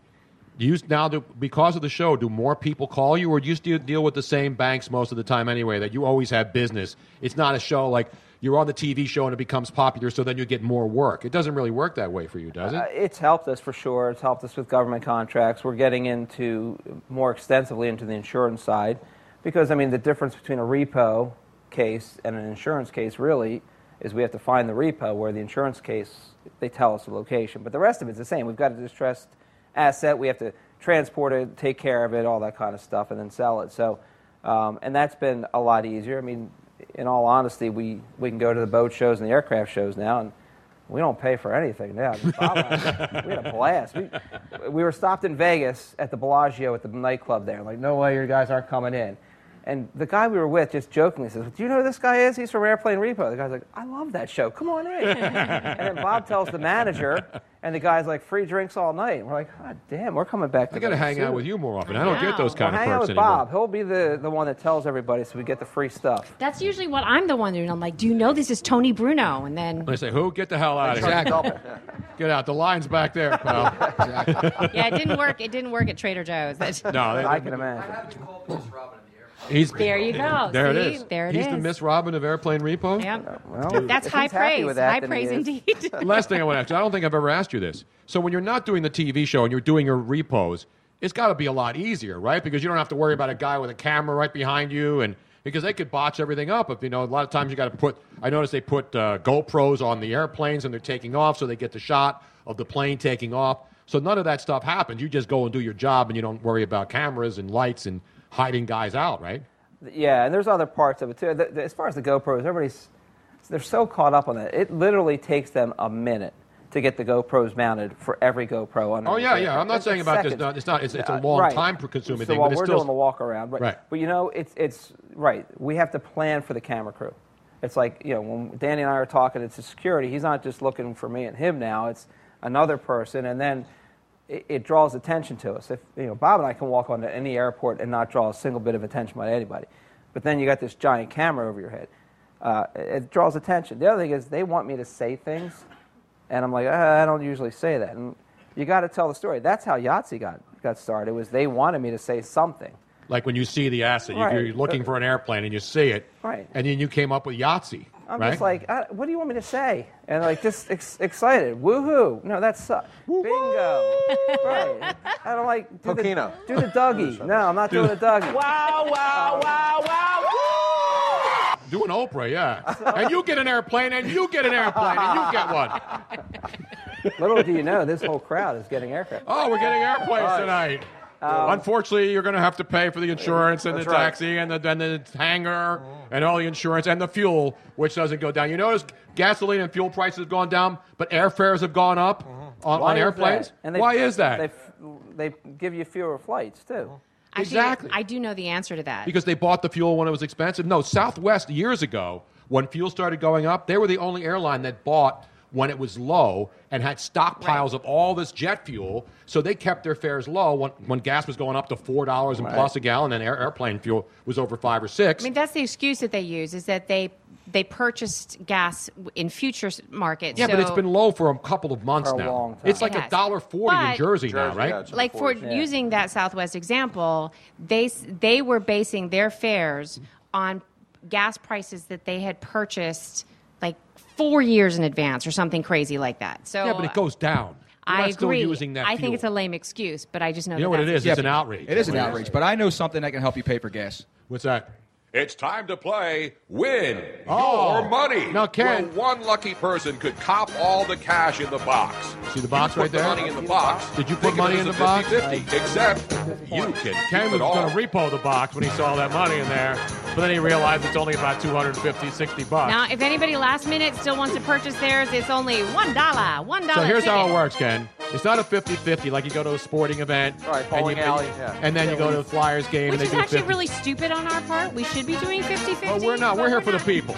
Do you s- now do because of the show? Do more people call you, or do you still deal with the same banks most of the time anyway? That you always have business. It's not a show like you're on the TV show and it becomes popular, so then you get more work. It doesn't really work that way for you, does it?
Uh, it's helped us for sure. It's helped us with government contracts. We're getting into more extensively into the insurance side because I mean the difference between a repo case and an insurance case really is we have to find the repo where the insurance case they tell us the location, but the rest of it's the same. We've got a distressed asset. We have to transport it, take care of it, all that kind of stuff, and then sell it. So, um, and that's been a lot easier. I mean, in all honesty, we, we can go to the boat shows and the aircraft shows now, and we don't pay for anything now. Just follow us. we had a blast. We, we were stopped in Vegas at the Bellagio at the nightclub there. Like, no way, your guys aren't coming in. And the guy we were with just jokingly says, Do you know who this guy is? He's from Airplane Repo. The guy's like, I love that show. Come on in. and then Bob tells the manager, and the guy's like, Free drinks all night. And we're like, God damn, we're coming back to
I got to
that
hang
soon."
out with you more often. I don't get those kind
well,
of
hang out
perks
with
anymore.
Bob. He'll be the, the one that tells everybody so we get the free stuff.
That's usually what I'm the one doing. I'm like, do you know this is Tony Bruno? And then
They say, "Who? Get the hell out of here!"
Exactly.
Get out. The line's back there, pal.
yeah, it didn't work. It didn't work at Trader Joe's. That's-
No, they- I can
imagine.
He's
There you go.
There it
See?
is.
There it
He's the
is.
Miss Robin of airplane repo.
Yeah.
Well,
That's
Uh, if
high
he's happy
praise.
with that,
high
then he
praise
is.
indeed.
Last thing I want to ask you, I don't think I've ever asked you this. So when you're not doing the TV show and you're doing your repos, it's got to be a lot easier, right? Because you don't have to worry about a guy with a camera right behind you, and because they could botch everything up. If you know, a lot of times you got to put. I noticed they put uh, GoPros on the airplanes and they're taking off, so they get the shot of the plane taking off. So none of that stuff happens. You just go and do your job, and you don't worry about cameras and lights and hiding guys out, right?
Yeah, and there's other parts of it too. The, the- as far as the GoPros, everybody's they're so caught up on that. It literally takes them a minute to get the GoPros mounted for every GoPro on.
Oh yeah, yeah. I'm not saying about this. No, it's not. It's, it's a long time consuming
so
thing,
while
but it's
we're
still
doing the walk around, right,
Right.
But you know, it's it's right. We have to plan for the camera crew. It's like you know when Danny and I are talking, it's a security. He's not just looking for me and him now. It's another person, and then it, it draws attention to us. If you know Bob and I can walk onto any airport and not draw a single bit of attention by anybody, but then you got this giant camera over your head. Uh, it, it draws attention. The other thing is they want me to say things, and I'm like, "Ah, I don't usually say that. And you got to tell the story. That's how Yahtzee got got started. Was they wanted me to say something.
Like when you see the asset, you-
Right.
you're looking for an airplane and you see it,
Right.
And then you came up with Yahtzee,
I'm
right?
just like, I, what do you want me to say? And like, just ex- excited. Woohoo! No, that sucks. Bingo. right. And I'm like, do the,
Tocino.
do the Dougie. No, I'm not doing the Dougie.
Wow, wow, wow, wow.
Do an Oprah, yeah. and you get an airplane, and you get an airplane, and you get one.
Little do you know, this whole crowd is getting aircraft.
Oh, we're getting airplanes
Right.
tonight.
Um,
Unfortunately, you're going to have to pay for the insurance and the
That's right.
taxi and the, and the hangar and all the insurance and the fuel, which doesn't go down. You notice gasoline and fuel prices have gone down, but airfares have gone up. on,
Mm-hmm. Why
on
is
airplanes?
that? And they-
Why is that?
They, f- they give you fewer flights too.
Exactly.
I do know the answer to that.
because they bought the fuel when it was expensive. No, Southwest years ago, when fuel started going up, they were the only airline that bought when it was low and had stockpiles of all this jet fuel. So they kept their fares low when, when gas was going up to four dollars and plus a gallon, and air, airplane fuel was over five or
I
six.
mean, that's the excuse that they use is that they they purchased gas w- in futures markets.
yeah, but it's
so-
been low for a couple of months
For a
now.
long time.
It's like
It
a
has.
dollar forty in
But-
Jersey, now, right?
like for using that Southwest example, they s- they were basing their fares on gas prices that they had purchased like four years in advance or something crazy like that. So
yeah, but it goes down. You're
I
not still
agree.
using that
I think
fuel.
it's a lame excuse, but I just know.
You know
that
what
that's
it is?
the
It's an
case.
outrage.
It is an
What is
outrage, but I know something that can help you pay for gas.
What's that?
It's time to play Win
Oh.
Your Money.
Now, Ken-
Where one lucky person could cop all the cash in the box.
See the box
you
right
put
there?
The money in the box.
Did you put
think of it
money
as
in
a
the box?
50-50, Except you can
Ken
keep
was
it all.
going to repo the box when he saw that money in there, but then he realized it's only about 250, 60 bucks.
Now, if anybody last minute still wants to purchase theirs, it's only one dollar. One dollar.
so here's how it works, Ken. It's not a 50 50 like you go to a sporting event.
Right,
and,
bowling
you,
alley,
and, then you go to the Flyers game
Which
and they
is
do
actually
50.
really stupid on our part. We should be doing 50-50.
But we're not. We're here for the people.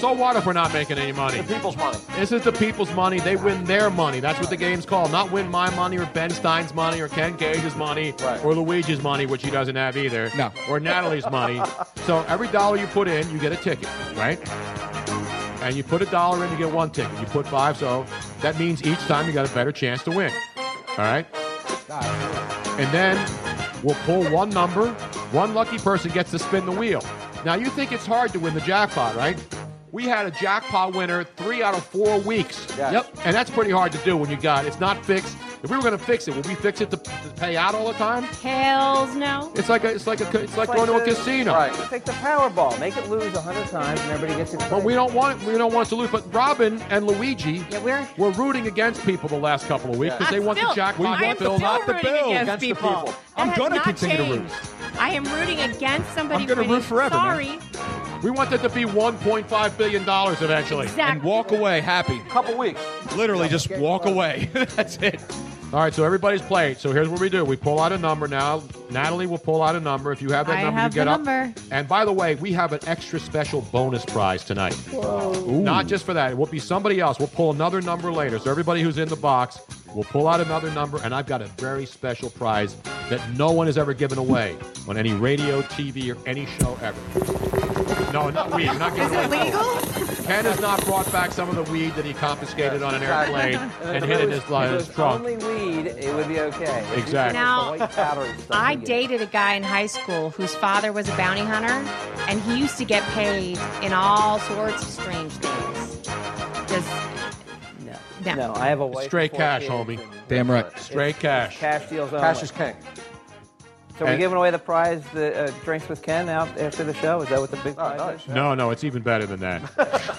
So what if we're not making any money? The people's money. This is the people's money. They win their money. That's what the game's called. Not win my money or Ben Stein's money or Ken Gage's money or Luigi's money, which he doesn't have either. No. Or Natalie's money. So every dollar you put in, you get a ticket, right? And you put a dollar in, you get one ticket. You put five, so that means each time you got a better chance to win. All right? And then we'll pull one number. One lucky person gets to spin the wheel. Now, you think it's hard to win the jackpot, right? We had a jackpot winner three out of four weeks. Yep. And that's pretty hard to do when you got it's not fixed. If we were going to fix it, would we fix it to, to pay out all the time?
Hells no.
It's like a, it's like a, ca- it's like,
It's
going to a
the-
casino.
Right. Take the Powerball, make it lose hundred times, and everybody gets excited.
But we don't want we don't want us to lose. But Robin and Luigi,
we're,
were rooting against people the last couple of weeks because they want the jackpot.
We want
filled.
not the bill. I'm
That
going to
has not
continue
changed.
to root.
I am rooting against somebody.
I'm gonna
winning.
root forever, man.
Sorry.
We want that to be 1.5 billion dollars eventually.
Exactly. And
walk away happy.
Couple weeks.
Literally, just walk away. That's it. All right, so everybody's played. So here's what we do: we pull out a number now. Natalie will pull out a number. If you have that
I
number,
have
you get
the
up.
number.
And by the way, we have an extra special bonus prize tonight.
Whoa.
Not just for that; it will be somebody else. We'll pull another number later. So everybody who's in the box, we'll pull out another number, and I've got a very special prize that no one has ever given away on any radio, TV, or any show ever. No, not we. We're not
Is
giving
it
away.
legal?
Ken has not brought back some of the weed that he confiscated on an airplane and
if
hid
it
in
was-
his, li-
if it
his
was
trunk.
Only weed, it would be okay. If you
Exactly.
took
Now-
the white powder and stuff,
I
you get-
dated a guy in high school whose father was a bounty hunter, and he used to get paid in all sorts of strange things. Just no,
No, I have a wife.
Straight
and four
cash,
kids.
homie.
Damn right.
Straight cash.
Cash deals only.
Cash is king.
So we're
And-
giving away the prize, the uh, drinks with Ken out after the show. Is that what the big
Oh,
prize is?
No, no, it's even better than that. It's,
How is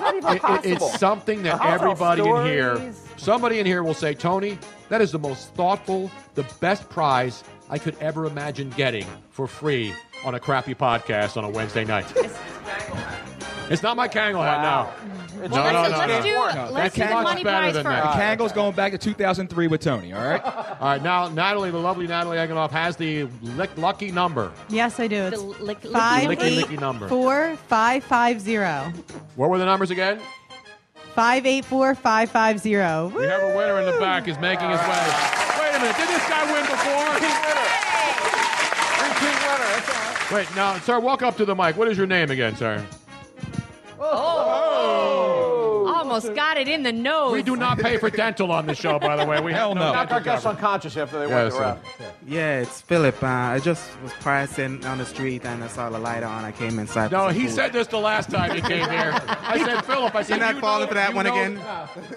that even
it- it-
possible?
it's something that
I'll tell
everybody in here,
stories.
somebody in here will say, Tony, that is the most thoughtful, the best prize I could ever imagine getting for free on a crappy podcast on a Wednesday night. It's not my Kangol hat now.
It's-
no,
Well,
no,
let's-
no,
let's
no.
do- No, let's that's do the much money better prize than that. first. Kangol's going back to 2003 with Tony, all right?
all right, now Natalie, the lovely Natalie Eganoff, has the lick, lucky number.
Yes, I do. It's
licky,
five,
licky,
eight,
licky number.
four, five, five, zero.
What were the numbers again?
Five, eight, four, five, five, zero.
We have a winner in the back. He's making his way. Wait a minute. Did this guy win before? Wait, now, sir, walk up to the mic. What is your name again, sir?
Oh. almost got it in the nose.
Oh. We do not pay for dental on this show, by the way. We have no.
Knock
dental
our guests
coverage.
unconscious after they
Yeah,
went
so-
to rap.
Yeah, it's Philip. Uh, I just was passing on the street and I saw the light on. I came inside. for
No,
some
he
food.
said this the last time he came here. I said, Philip, I said,
You're not
you
falling
know-
for that
you
one
know-
again?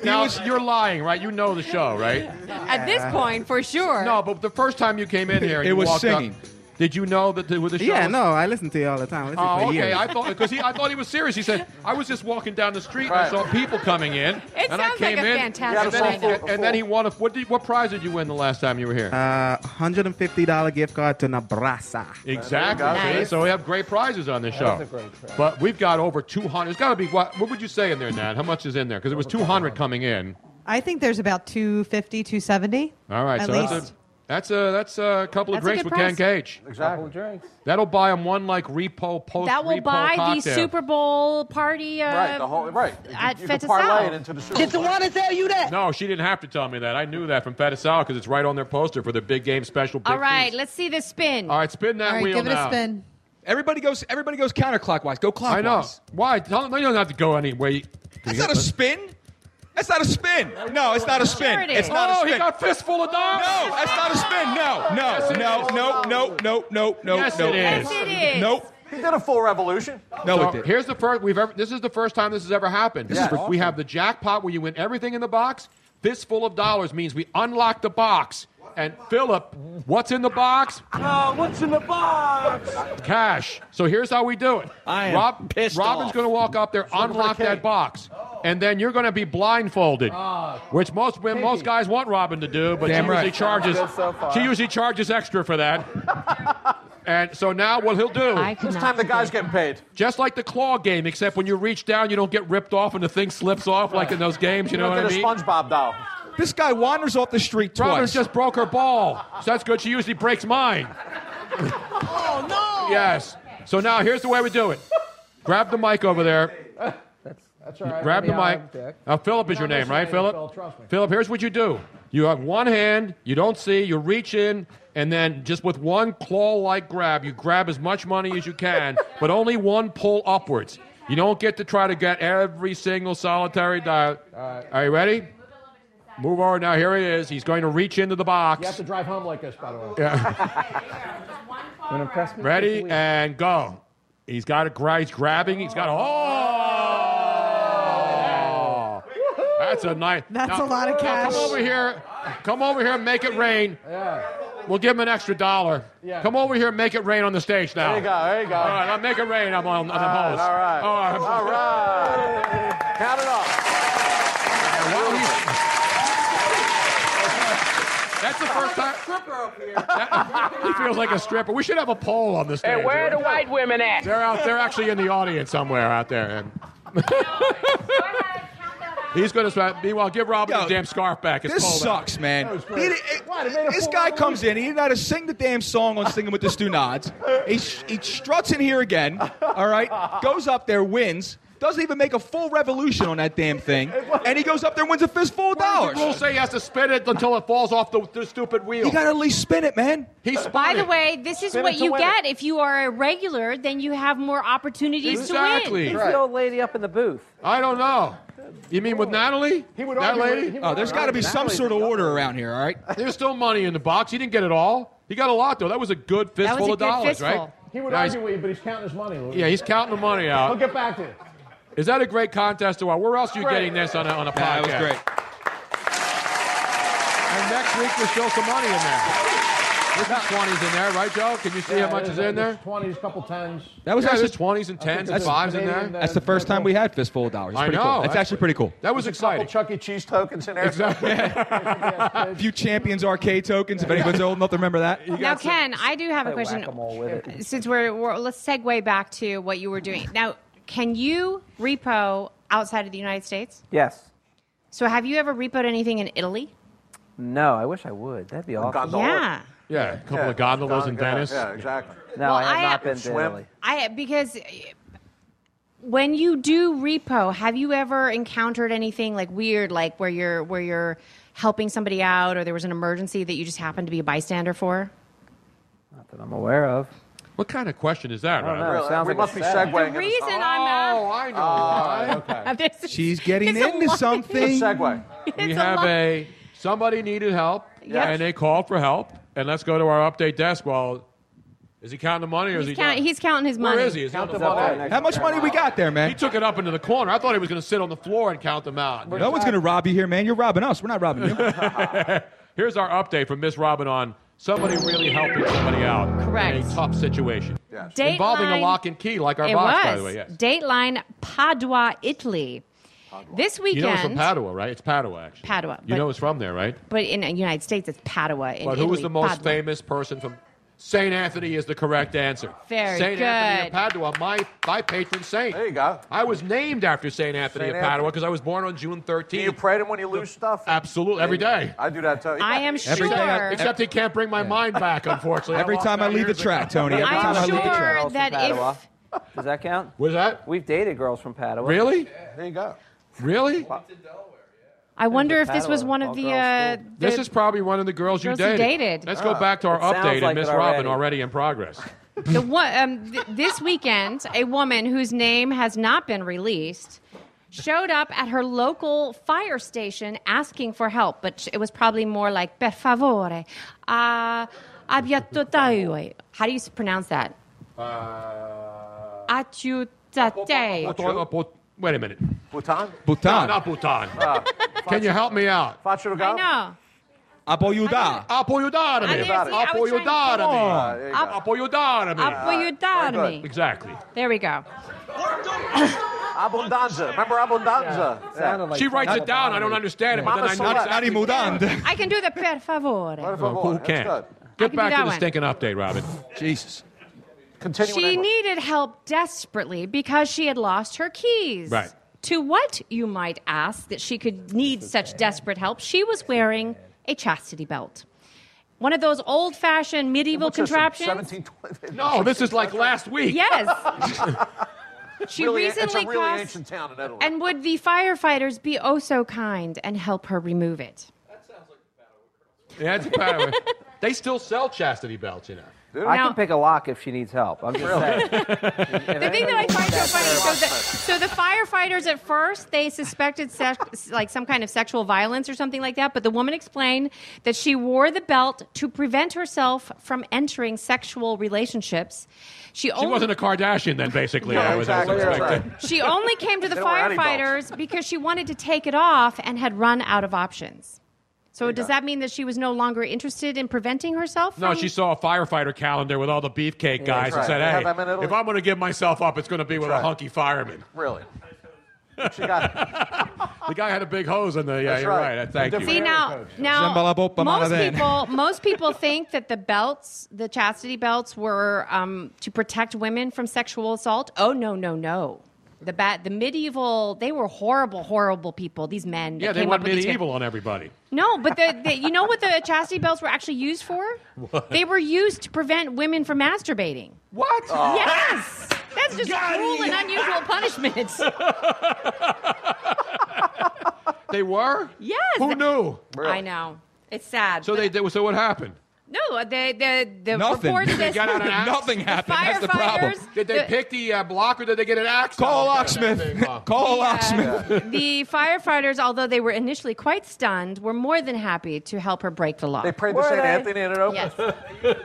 Now, you're lying, right? You know the show, right?
At this point, for sure.
No, but the first time you came in here, and
It
you
was
walked up,
singing.
did you know that the, with the show?
Yeah,
was-
no, I listen to you all the time. I listen
Oh,
for
okay.
years.
I thought because he, I thought he was serious. He said I was just walking down the street and I saw people coming in,
It
and I
sounds
came
like a
in.
fantastic
and, then he,
lineup.
and then he won. A, what did, what prize did you win the last time you were here?
Uh, $150 gift card to Nebraska.
Exactly.
Nice.
See? So we have great prizes on this show.
That's a great prize.
But we've got over 200. It's got to be what? What would you say in there, Nat? How much is in there? Because it was 200 coming in.
I think there's about 250, 270.
All right,
at
so
least.
that's a, that's a that's a couple of
That's
drinks
a good
with Ken
price.
Cage.
Exactly. Couple of drinks.
That'll buy him one like repo post.
that will
repo
buy
cocktail.
the Super Bowl party. Uh,
Right, the whole- right.
At
You could
Feta
parlay
Sal.
it into the Super Did Bowl.
want to tell you that?
No, she didn't have to tell me that. I knew that from Fetisal because it's right on their poster for their big game special. Big
All right, let's see this spin.
All right, spin that All right, wheel give it a now. spin.
Everybody goes. Everybody goes counterclockwise. Go clockwise.
I know. Why? Tell them, no, you don't have to go any way.
That's not a spin. That's not a spin. No, it's not a
Sure
spin.
it
It's
is.
not a
Oh,
spin.
he got fistful of dollars.
No, that's not a spin. No, no, no, no, no, no, no, no.
Yes,
no.
it is. Yes, it is.
Nope.
He did a full revolution.
No,
So
it didn't.
here's the first we've ever. This is the first time this has ever happened.
This is Yeah.
We have the jackpot where you win everything in the box. This full of dollars means we unlock the box. And Philip, what's in the box?
Oh, what's in the box?
Cash. So here's how we do it.
I am pissed
Robin's
off.
going to walk up there,
Looking for
unlock
the cake. Oh. Ah.
that box, and then you're going to be blindfolded, which most when most guys want Robin to do, but
Damn
she usually
right.
charges.
Good so far.
she usually charges extra for that. and so now what he'll do?
I could This not time the
guy's getting paid. Just like the claw game, except when you reach down, you don't get ripped off, and the thing slips off like in those games. You, know
don't
what I
get
mean?
a SpongeBob doll.
This guy wanders off the street
twice.
Robin's just broke her ball, so that's good. She usually breaks mine.
Oh no!
Yes. So now here's the way we do it. Grab the mic over there.
That's
Grab the mic. Now, Philip is your name, right, Philip? Philip, here's what you do. You have one hand, you don't see, you reach in, and then just with one claw like grab, you grab as much money as you can, but only one pull upwards. You don't get to try to get every single solitary dial. Uh, Are you ready? Move over now. Here he is. He's going to reach into the
You have
box.
to drive home like this, by the way.
Yeah. Ready and go. He's got it. gra- He's grabbing. He's got. Oh, that's a nice.
That's a lot of
now
cash.
Come over here. Come over here. and Make it rain.
Yeah.
We'll give him an extra dollar.
Yeah.
Come over here. and Make it rain on the stage now.
There you go. There you go.
All right. I'll make it rain. I'm on, on the
All
host.
right.
All right.
All right. Count it off.
That's the first time. He feels like a stripper. We should have a poll on this.
Hey,
stage,
where
right?
the white women at?
They're out. They're actually in the audience somewhere out there. And he's going to. Meanwhile, give Robin
Yo,
his damn scarf back. It's
This
cold out.
sucks, man. He did- it- this guy comes in. He didn't know how to sing the damn song on Singing with the Stu Nods. He, sh- he struts in here again. All right, goes up there, wins. Doesn't even make a full revolution on that damn thing, and he goes up there and wins a fistful of
The
dollars.
rules say he has to spin it until it falls off the, the stupid wheel.
You got to at least spin it, man.
He spun
By
it.
the way, this is
Spin it
what
to
you
win
get if you are a regular. Then you have more opportunities
Exactly.
to win.
Who's the Right. old
lady up in the booth?
I don't know. You mean with Natalie? He would that
argue with-
lady?
he would Oh, there's argue gotta be with some Natalie's sort
of order around here, all right? There's still money in the box. He didn't get it all. He got a lot though. That was a good fistful of dollars, right?
He would
Now he's-
argue with you, but he's counting his money. Louis.
Yeah, he's counting the money out.
He'll get back to you.
Is that a great contest or what? Where else are you
Great.
getting this on a, on a podcast?
Yeah, it was great.
And next week there's still some money in there. There's some 20s in there, right, Joe? Can you see
Yeah,
how much
there's-
is in there?
there's Twenties, couple tens.
That was
Yeah,
actually
there's-
20s and
I think
10s and
there's
5s in there.
Canadian,
That's
uh,
the first time we had fistful of dollars. It's
I
pretty
know.
Cool. That's
That's-
actually pretty cool.
That was exciting.
Chuck E. Cheese tokens in there.
Exactly.
A few champions arcade tokens. If anyone's old enough to remember that.
Now, Ken, I do have a question. Since we're, we're let's segue back to what you were doing. Now, can you repo outside of the United States?
Yes.
So, have you ever repoed anything in Italy?
No, I wish I would. That'd be awesome.
Yeah.
Yeah, a couple of gondolas
Oh,
in Venice.
Yeah, exactly.
No, I have not been to Italy.
I because uh, when you do repo, have you ever encountered anything like weird, like where you're where you're helping somebody out, or there was an emergency that you just happened to be a bystander for?
That I'm aware of.
What kind of question is that?
I don't know.
Robin?
It sounds
We
like
must
a
be
setup.
segueing.
The reason I'm
Oh, I know.
She's getting
There's a
into
lot.
something.
It's a segue.
we
It's a
have
lot.
a somebody needed help
Yes.
and they called for help and let's go to our update desk well is he counting the money or is
He's,
he
count,
done?
he's counting his money.
where is he Is he on the floor?
How much money we got there, man?
he took it up into the corner i thought he was going to sit on the floor and count them out
No one's going to rob you here, man. You're robbing us. We're not robbing you.
here's our update from miss robin on somebody really helping somebody out in
Correct.
a tough situation
Dateline-
involving a lock and key like our
it
box
was.
by the way yes
Dateline Padua, Italy. This
you
weekend,
know it's from padua right it's padua actually
Padua,
you
but-
know it's from there right
but in the United States, it's Padua. In
but who was
Italy,
the most
Padua.
famous person from St. Anthony is the correct answer.
Very
St. Anthony of
good.
Padua, my, my patron saint. There
you go.
I was named after St. Anthony
Saint
of Padua
Anthony.
because I was born on June 13th.
Do you pray to him when you lose stuff?
Absolutely, every day.
I do that too.
I
am
Every day I- sure- except he can't bring my mind back, unfortunately.
Every time I leave the track, Tony. Every
I'm
time I leave the track.
Girls from
that if-
Padua. Does that count?
What is that?
We've dated girls from Padua.
Really?
There you go.
Really?
I wonder
the
if this was
paddle,
one of
all
the.
girls
Uh,
This
the-
is probably one of the girls,
Girls
you
you
dated.
dated.
Let's go
Ah.
back to our
It sounds
update
like
and Miss
it
Robin
already.
already in progress.
the one um, th- this weekend, a woman whose name has not been released showed up at her local fire station asking for help, but sh- it was probably more like "per favore, uh, aiutatemi." How do you s- pronounce that? Oh, Aiutatemi.
Bhutan- Bhutan- Wait a minute.
Bhutan?
Bhutan. not Bhutan.
Ah.
Can you help me out?
I know.
Apoyuda.
I
Apoyudarmi.
didn't see- I was trying to- Ah, there you
Apoyudarmi.
go.
Apoyudarmi.
Apoyudarmi. Very good.
Exactly.
There we go.
Abundanza. Remember Abundanza?
sounded like She writes it down, I don't understand it, but then I notice-
Ani mudand.
I can do the per favore.
Who can?
I
Get
can do
back
that
to the
one.
stinking update, Robin.
Jesus.
She needed help desperately because she had lost her keys.
Right.
To what, you might ask, that she could need such desperate help? She was wearing a chastity belt. One of those old fashioned medieval
What's this, in
contraptions.
1720?
No, this is like last week.
Yes. she
Really,
recently
it's a really
crossed.
ancient town in Italy.
and would the firefighters be oh so kind and help her remove it?
Yeah, it's a power. they still sell chastity belts, you know.
I
Now-
can pick a lock if she needs help. I'm just saying.
The thing that I find so funny, so the, so the firefighters at first they suspected sex, like some kind of sexual violence or something like that, but the woman explained that she wore the belt to prevent herself from entering sexual relationships. She,
She
only
wasn't a Kardashian then, basically.
No,
I was I was
exactly,
expecting.
she only came to the
They don't wear any
firefighters because she wanted to take it off and had run out of options. So does that mean that she was no longer interested in preventing herself?
No,
from-
she saw a firefighter calendar with all the beefcake
Yeah,
guys
that's right.
and said,
They have
them in
"Hey,
Italy.
if I'm going to give myself up, it's going to be with a hunky fireman."
Really? She got it.
The guy had a big hose in the. Yeah,
That's
you're
right.
right. Thank you.
See now, now
Zambalabopa
most
manaven.
people most people think that the belts, the chastity belts, were um, to protect women from sexual assault. Oh no, no, no! The bat, the medieval, they were horrible, horrible people. These men. that
yeah, they
came
went
up with these-
medieval on everybody.
No, but the, the you know what the chastity belts were actually used for? They were used to prevent women from masturbating.
What?
Yes, that's just cruel and unusual punishment.
They were.
Yes.
Who knew?
I know. It's sad.
So they did. So what happened?
No, the the the
Nothing.
report
They
says
got out an axe? Nothing happened. That's the problem.
firefighters-
Did they
the-
pick the uh, block or did they get an axe?
Call
No,
locksmith.
that thing, uh,
Call
Yeah.
locksmith.
The firefighters, although they were initially quite stunned, were more than happy to help her break the lock.
They prayed to Saint Anthony and it opened.
Yes.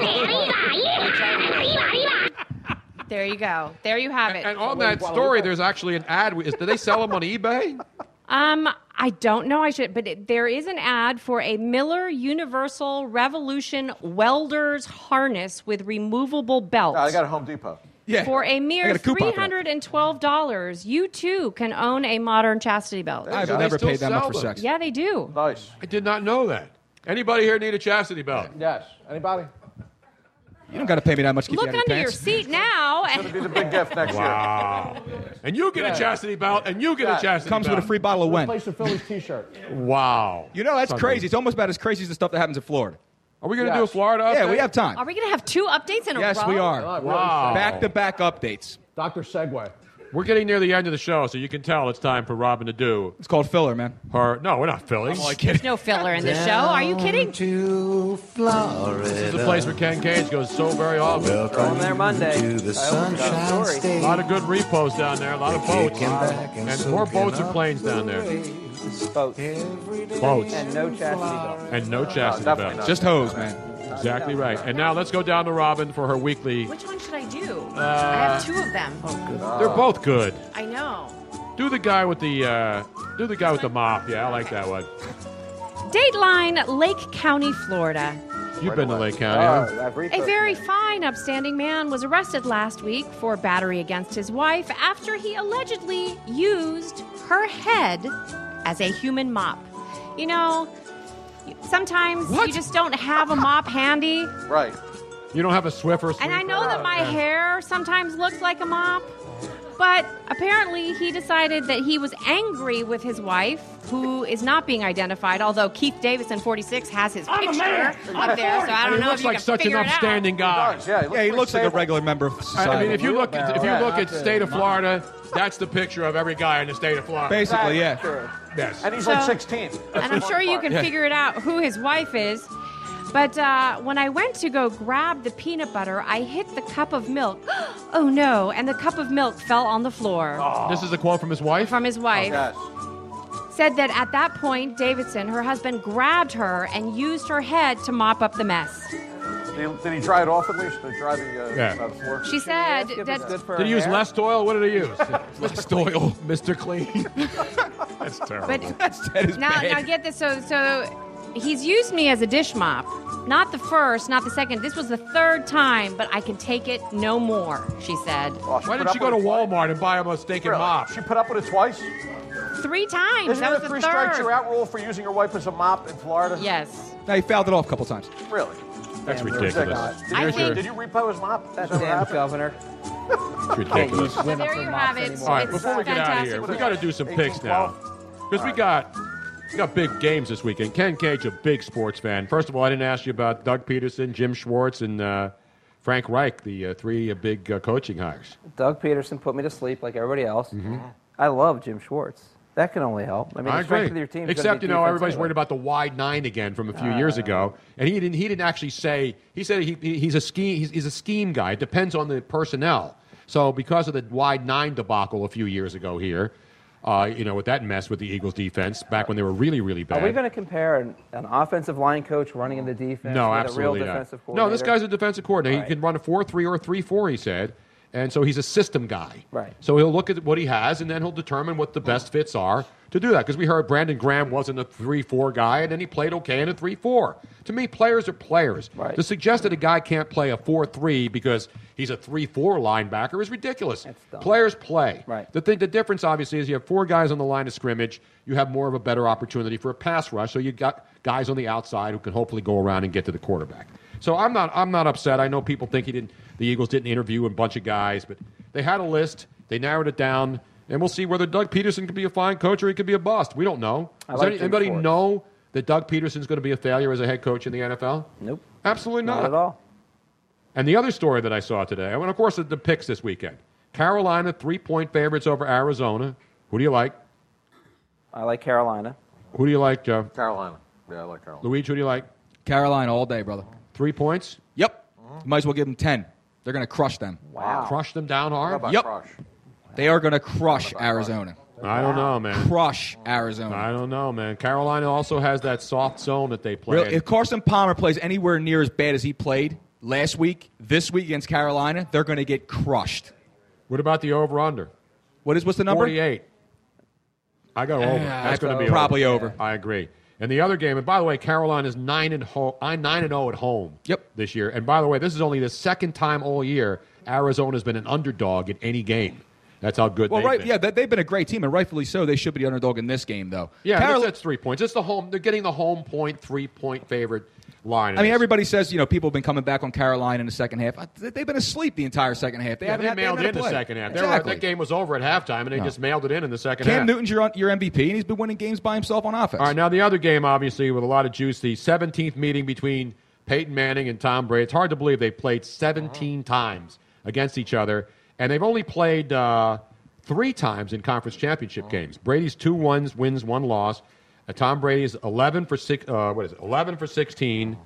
There you go. There you have it.
And on that story, there's actually an ad. Is, do they sell them on eBay?
Um, I don't know. I should, but it, there is an ad for a Miller Universal Revolution welder's harness with removable belt.
No, I got a Home Depot.
For a mere three hundred and twelve dollars, you too can own a modern chastity belt.
Uh,
I've never paid that much for sex.
Yeah, they do.
Nice.
I did not know that. Anybody here need a chastity belt?
Yes. Anybody?
You don't got to pay me that much. to Keep
Look
you out of
under your
pants.
seat now. and-
Be the big gift next
Wow. And you get
Yeah.
a chastity belt, and you get
Yeah.
a chastity
Comes
belt.
with a free bottle of Wen.
Replace the Phillies T-shirt.
Wow.
You know that's
Something.
crazy. It's almost about as crazy as the stuff that happens in Florida.
Are we going to
Yes.
do a Florida update?
Yeah, we have time.
Are we going to have two updates in a row?
Yes, we
Oh.
are.
Wow.
Back to back updates.
Doctor Segway.
We're getting near the end of the show, so you can tell it's time for Robin to do
It's called filler, man.
her. No, we're not filling. I'm
There's no filler in the show. Are you kidding?
To
This is
Florida.
the place where Ken Cage goes so very often.
On there Monday.
to the Sunshine
A
State.
lot of good repos down there, a lot of boats.
Kicking back and
And more boats
soaking
and planes down there.
Boats.
Boats.
And no chastity
And no chastity
definitely
belts.
not.
Just hose, man.
Exactly right. And now let's go down to Robin for her weekly.
Which one should I do? I have two of them.
They're both good.
I know.
Do the guy with the uh, do the guy with the mop. Yeah, I like that one.
Dateline, Lake County, Florida.
You've been to Lake County. huh?
belt.
A very fine, upstanding man was arrested last week for battery against his wife after he allegedly used her head as a human mop. You know, sometimes you just don't have a mop handy.
Right. You don't have a Swiffer.
And I know that my hair sometimes looks like a mop, but apparently he decided that he was angry with his wife, who is not being identified, although Keith Davison, 46, has his
I'm a
picture
man. I'm
up there, so I
And
don't
he
know
looks
if you
like
can
such an
figure it out.
upstanding guy.
Yeah, he looks, like a regular member of society.
I mean, if you look, at, if you
Yeah.
look at state of Florida, that's the picture of every guy in the state of Florida.
Basically, yeah.
Yes.
And he's
So-
like 16.
and I'm sure you can
Yeah.
figure it out who his wife is. But uh, when I went to go grab the peanut butter, I hit the cup of milk. oh no! And the cup of milk fell on the floor.
This is a quote from his wife.
From his wife. Said that at that point, Davidson, her husband, grabbed her and used her head to mop up the mess.
Did he, did he dry it off at least? The driving uh,
Yeah.
uh, floor?
She said that.
Did he use less oil? What did he use? less oil, Mr. Clean. that's terrible.
But-
that's, that
now, now get this. So, so he's used me as a dish mop. Not the first, not the second. This was the third time, but I can take it no more. She said.
Why didn't you go to Walmart and buy him a stinking mop?
She put up with it twice?
Three times.
Isn't there
that was
a
the
three
third.
strikes you're out rule for using your wife as a mop in Florida?
Yes.
Now he fouled it off a couple times.
Really?
That's
Damn,
ridiculous.
they're not. Did,
I
you,
think-
did you repo his mop? That's
Damn governor.
It's ridiculous.
So there you have it. It's,
All right,
it's
before we get out of
fantastic.
here, we got to do some picks now. Because we got we got big games this weekend. Ken Cage, a big sports fan. First of all, I didn't ask you about Doug Peterson, Jim Schwartz, and uh, Frank Reich, the uh, three uh, big uh, coaching hires.
Doug Peterson put me to sleep like everybody else.
Mm-hmm.
I love Jim Schwartz. That can only help. I mean, the strength of your team.
Except you know everybody's worried about the wide nine again from a few years
Ah.
ago, and he didn't. He didn't actually say. He said he, he- he's a scheme. He's, he's a scheme guy. It depends on the personnel. So because of the wide nine debacle a few years ago here, uh, you know, with that mess with the Eagles defense back when they were really really bad.
Are we going to compare an, an offensive line coach running in the defense
no,
with
absolutely
a real
not.
defensive coordinator?
No, this guy's a defensive coordinator. He can run a four-three or a three-four. He said, and so he's a system guy. Right. So he'll look at what he has, and then he'll determine what the best fits are to do that. Because we heard Brandon Graham wasn't a three-four guy, and then he played okay in a three-four. To me, players are players. Right. To suggest that a guy can't play a four-three because he's a three-four linebacker is ridiculous. Players play. Right. The thing, the difference obviously is you have four guys on the line of scrimmage. You have more of a better opportunity for a pass rush. So you got guys on the outside who can hopefully go around and get to the quarterback. So I'm not I'm not upset. I know people think he didn't. The Eagles didn't interview a bunch of guys, but they had a list. They narrowed it down, and we'll see whether Doug Peterson could be a fine coach or he could be a bust. We don't know.
I
Does
like
any-
Jim
anybody
Schwartz.
know that Doug Peterson's going to be a failure as a head coach in the NFL?
Nope.
Absolutely not.
Not at all.
And the other story that I saw today, and of course the picks this weekend: Carolina three point favorites over Arizona. Who do you like?
I like Carolina.
Who do you like, Joe?
Carolina. Yeah, I like Carolina.
Luigi, who do you like?
Carolina all day, brother.
Three points?
Yep. Might as well give them 10. They're going to crush them.
Wow.
Crush them down
How
hard.
about
Yep.
Crush?
They are going to crush Arizona.
I don't know, man.
Crush Arizona.
I don't know, man. Carolina also has that soft zone that they play.
Really, if Carson Palmer plays anywhere near as bad as he played last week, this week against Carolina, they're going to get crushed.
What about the over under?
What is what's the number?
48. I go over.
Ah,
That's
that's
going to be
probably over.
I agree. And the other game, and by the way, Carolina's nine and home. I nine and zero at home. Yep. This year, and by the way, this is only the second time all year Arizona's been an underdog in any game. That's how good.
Well,
they've
right,
been.
yeah, they- they've been a great team, and rightfully so. They should be the underdog in this game, though.
Yeah,
Carol-
that's, that's three points. It's the home. They're getting the home point, three point favorite line. in
I mean,
this.
everybody says you know people have been coming back on Carolina in the second half. I- They've been asleep the entire second half. They
Yeah,
haven't
they
had-
mailed
haven't
in the
played.
second half. They were-
Exactly.
that game was over at halftime, and they
No.
just mailed it in in the second half.
Cam Newton's your your MVP, and he's been winning games by himself on offense.
All right, now the other game, obviously, with a lot of juice, the 17th meeting between Peyton Manning and Tom Brady. It's hard to believe they played 17 times against each other, and they've only played uh, three times in conference championship games. Brady's two ones, wins one loss. Uh, Tom Brady's 11 for six. Uh, what is it? 11 for 16,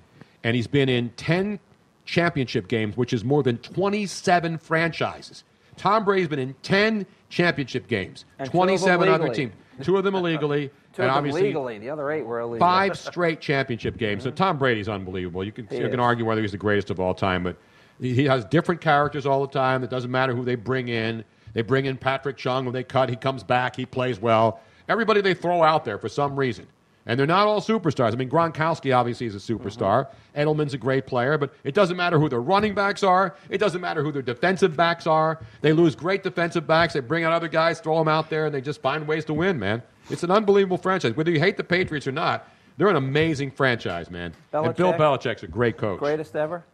and he's been in 10 championship games, which is more than 27 franchises. Tom Brady's been in 10 championship games,
And two of them
27 other
legally.
teams. Two of them illegally,
Two
and
of them
obviously
legally. The other eight were illegal.
five straight championship games. So Tom Brady's unbelievable. You can,
He
you can
is.
argue whether he's the greatest of all time, but he he has different characters all the time. It doesn't matter who they bring in. They bring in Patrick Chung when they cut. He comes back. He plays well. Everybody they throw out there for some reason. And they're not all superstars. I mean, Gronkowski obviously is a superstar. Edelman's a great player, but it doesn't matter who their running backs are. It doesn't matter who their defensive backs are. They lose great defensive backs. They bring out other guys, throw them out there, and they just find ways to win, man. It's an unbelievable franchise. Whether you hate the Patriots or not, They're an amazing franchise, man. And Bill
Belichick.
Belichick's a great coach.
Greatest ever?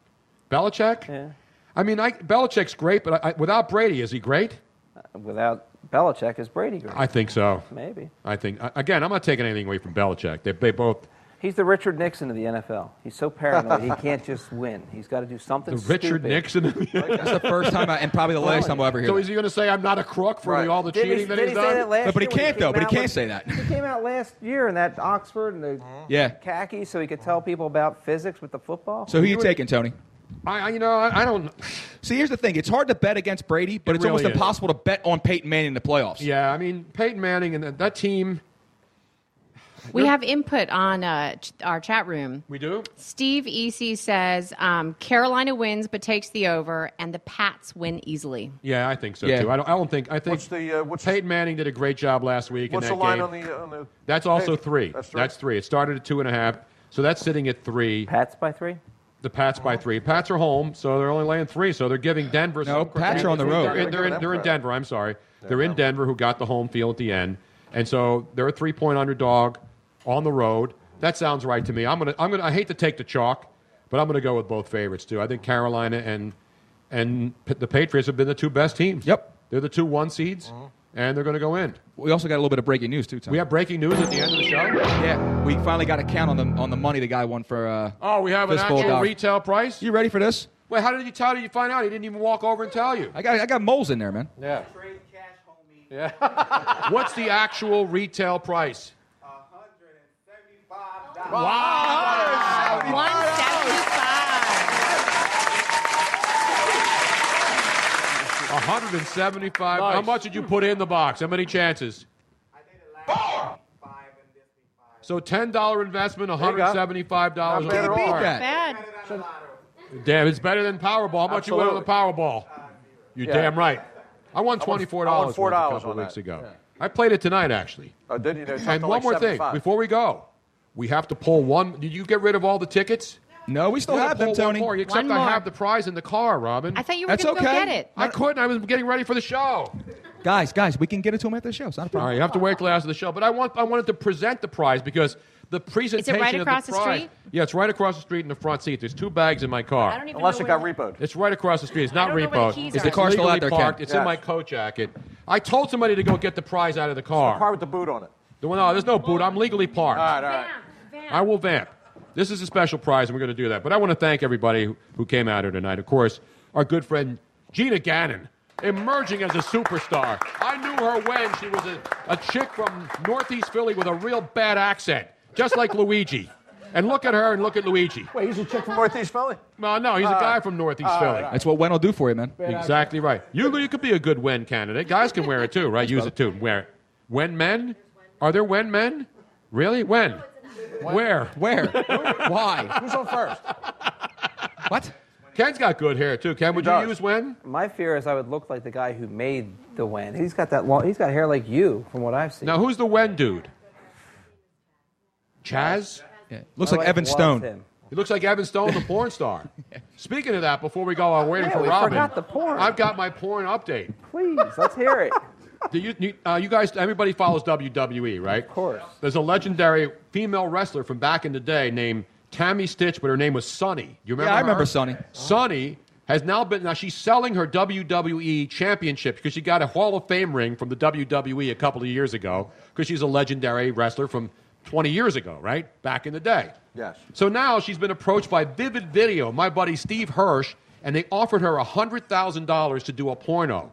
Belichick? Yeah. I mean, I, Belichick's great, but I, I, without Brady, is he great?
Uh, Without Belichick, is Brady great?
I think so.
Maybe.
I think I- again, I'm not taking anything away from Belichick. They, they both
He's the Richard Nixon of the NFL. He's so paranoid he can't just win. He's got to do something.
the Richard
stupid.
Nixon. That's
the first time I- and probably the last time I'll ever hear
So
that.
is he going to say I'm not a crook for
Right.
all the
Did he-
cheating that
did
he's
he say
done?
that last
But, but he
year when
can't, though.
came
But he
out
can't
with-
say that.
He came out last year in that Oxford and the
Yeah.
khakis, so he could tell people about physics with the football.
So who you taking, Tony?
I, I you know, I, I don't.
See, here's the thing: it's hard to bet against Brady, but
It
it's
really
almost
is.
impossible to bet on Peyton Manning in the playoffs.
Yeah, I mean Peyton Manning and that, that team.
We have input on uh, ch- our chat room.
We do.
Steve EC says um, Carolina wins but takes the over, and the Pats win easily.
Yeah, I think so
Yeah.
too. I don't, I don't think. I think what's
the, uh, what's
Peyton Manning did a great job last week
What's
in that
the line
game.
on the, on the.
that's also
page?
three.
That's
That's
three.
three. It started at two and a half, so that's sitting at three.
Pats by three.
The Pats by three. Pats are home, so they're only laying three. So they're giving Denver.
No,
some-
Pats are on the
They're-
road.
They're, in- they're in, they're in Denver. I'm sorry. They're in Denver, who got the home field at the end, and so they're a three point underdog on the road. That sounds right to me. I'm gonna. I'm gonna. I hate to take the chalk, but I'm gonna go with both favorites too. I think Carolina and and P- the Patriots have been the two best teams. Yep. They're the two one seeds, and they're gonna go in.
We also got a little bit of breaking news too. Tom.
We have breaking news at the end of the show.
Yeah, we finally got a count on the on the money the guy won for. Uh,
Oh, we have an
Fistful of
actual
Dollars.
retail price.
You ready for this?
Wait, how did you tell? Did you find out? He didn't even walk over and tell you.
I got I got moles in there, man.
Yeah. Yeah. What's the actual retail price? Wow.
One seventy-five.
$175. How much did you put in the box? How many chances? So ten dollar investment, one
There you go.
hundred seventy-five dollars.
Not bad at all. Can't beat that.
Bad.
Damn, it's better than Powerball. How much you won on the Powerball? You
Yeah.
damn right.
I
I won
won-
twenty-four
I won
dollars a
$4
couple
on
weeks
that.
ago. I played it tonight actually.
Oh, did you know?
And one more thing before we go, we have to pull one. Did you get rid of all the tickets?
No, we still
gotta
have them,
pull
Tony.
One more, except
One more.
I have the prize in the car, Robin.
I thought you were
That's
going to
okay.
go get it.
I couldn't. I was getting ready for the show.
Guys, guys, we can get it to him after the show. It's not a
All
problem.
right, you have to wait till after the show. But I want I wanted to present the prize because the presentation
across
of
the
the prize.
street?
Yeah, it's right across the street in the front seat. There's two bags in my car.
I don't even
Unless
know
it got
where-
repoed.
It's right across the street. It's not
don't know where the
repo.
keys
It's
are.
the car still
out there, Ken?
parked. It's in
Yes.
my coat jacket. I told somebody to go get the prize out of the
The car
car.
with the boot on it.
The one, no, there's no boot. I'm legally parked.
All right, all right.
I will vamp. This is a special prize, and we're going to do that. But I want to thank everybody who- who came out here tonight. Of course, our good friend Gina Gannon, emerging as a superstar. I knew her when she was a, a chick from Northeast Philly with a real bad accent, just like Luigi. And look at her and look at Luigi.
Wait, he's a chick from
Northeast Philly.
Well, no, he's
Uh,
a guy from Northeast Philly.
That's what Wen will do for you, man.
Exactly right. You, you could be a good when candidate. Guys can wear it too, right? Use it too. Wear it. When men? Are there when men? Really? When? Where?
Where? Why?
Who's on first?
What?
Ken's got good hair too. Ken, would you
does.
use when?
My fear is I would look like the guy who made the win. He's got that long. He's got hair like you, from what I've seen.
Now, who's the when dude? Chaz?
Yeah. Looks
My
like
wife
Evan
loves
Stone.
him.
He looks like Evan Stone, the porn star. Speaking of that, before we go, I'm waiting
Yeah,
for
we
Robin.
forgot the porn.
I've got my porn update.
Please, let's hear it.
Do you, you- uh, you guys, everybody follows WWE, right? Of
course.
There's a legendary female wrestler from back in the day named Tammy Stitch, but her name was Sunny. You remember?
Yeah, I remember
her?
Sunny.
Sunny has now been now she's selling her WWE championship because she got a Hall of Fame ring from the WWE a couple of years ago because she's a legendary wrestler from 20 years ago, right? Back in the day.
Yes.
So now she's been approached by Vivid Video, my buddy Steve Hirsch, and they offered her $100,000 to do a porno.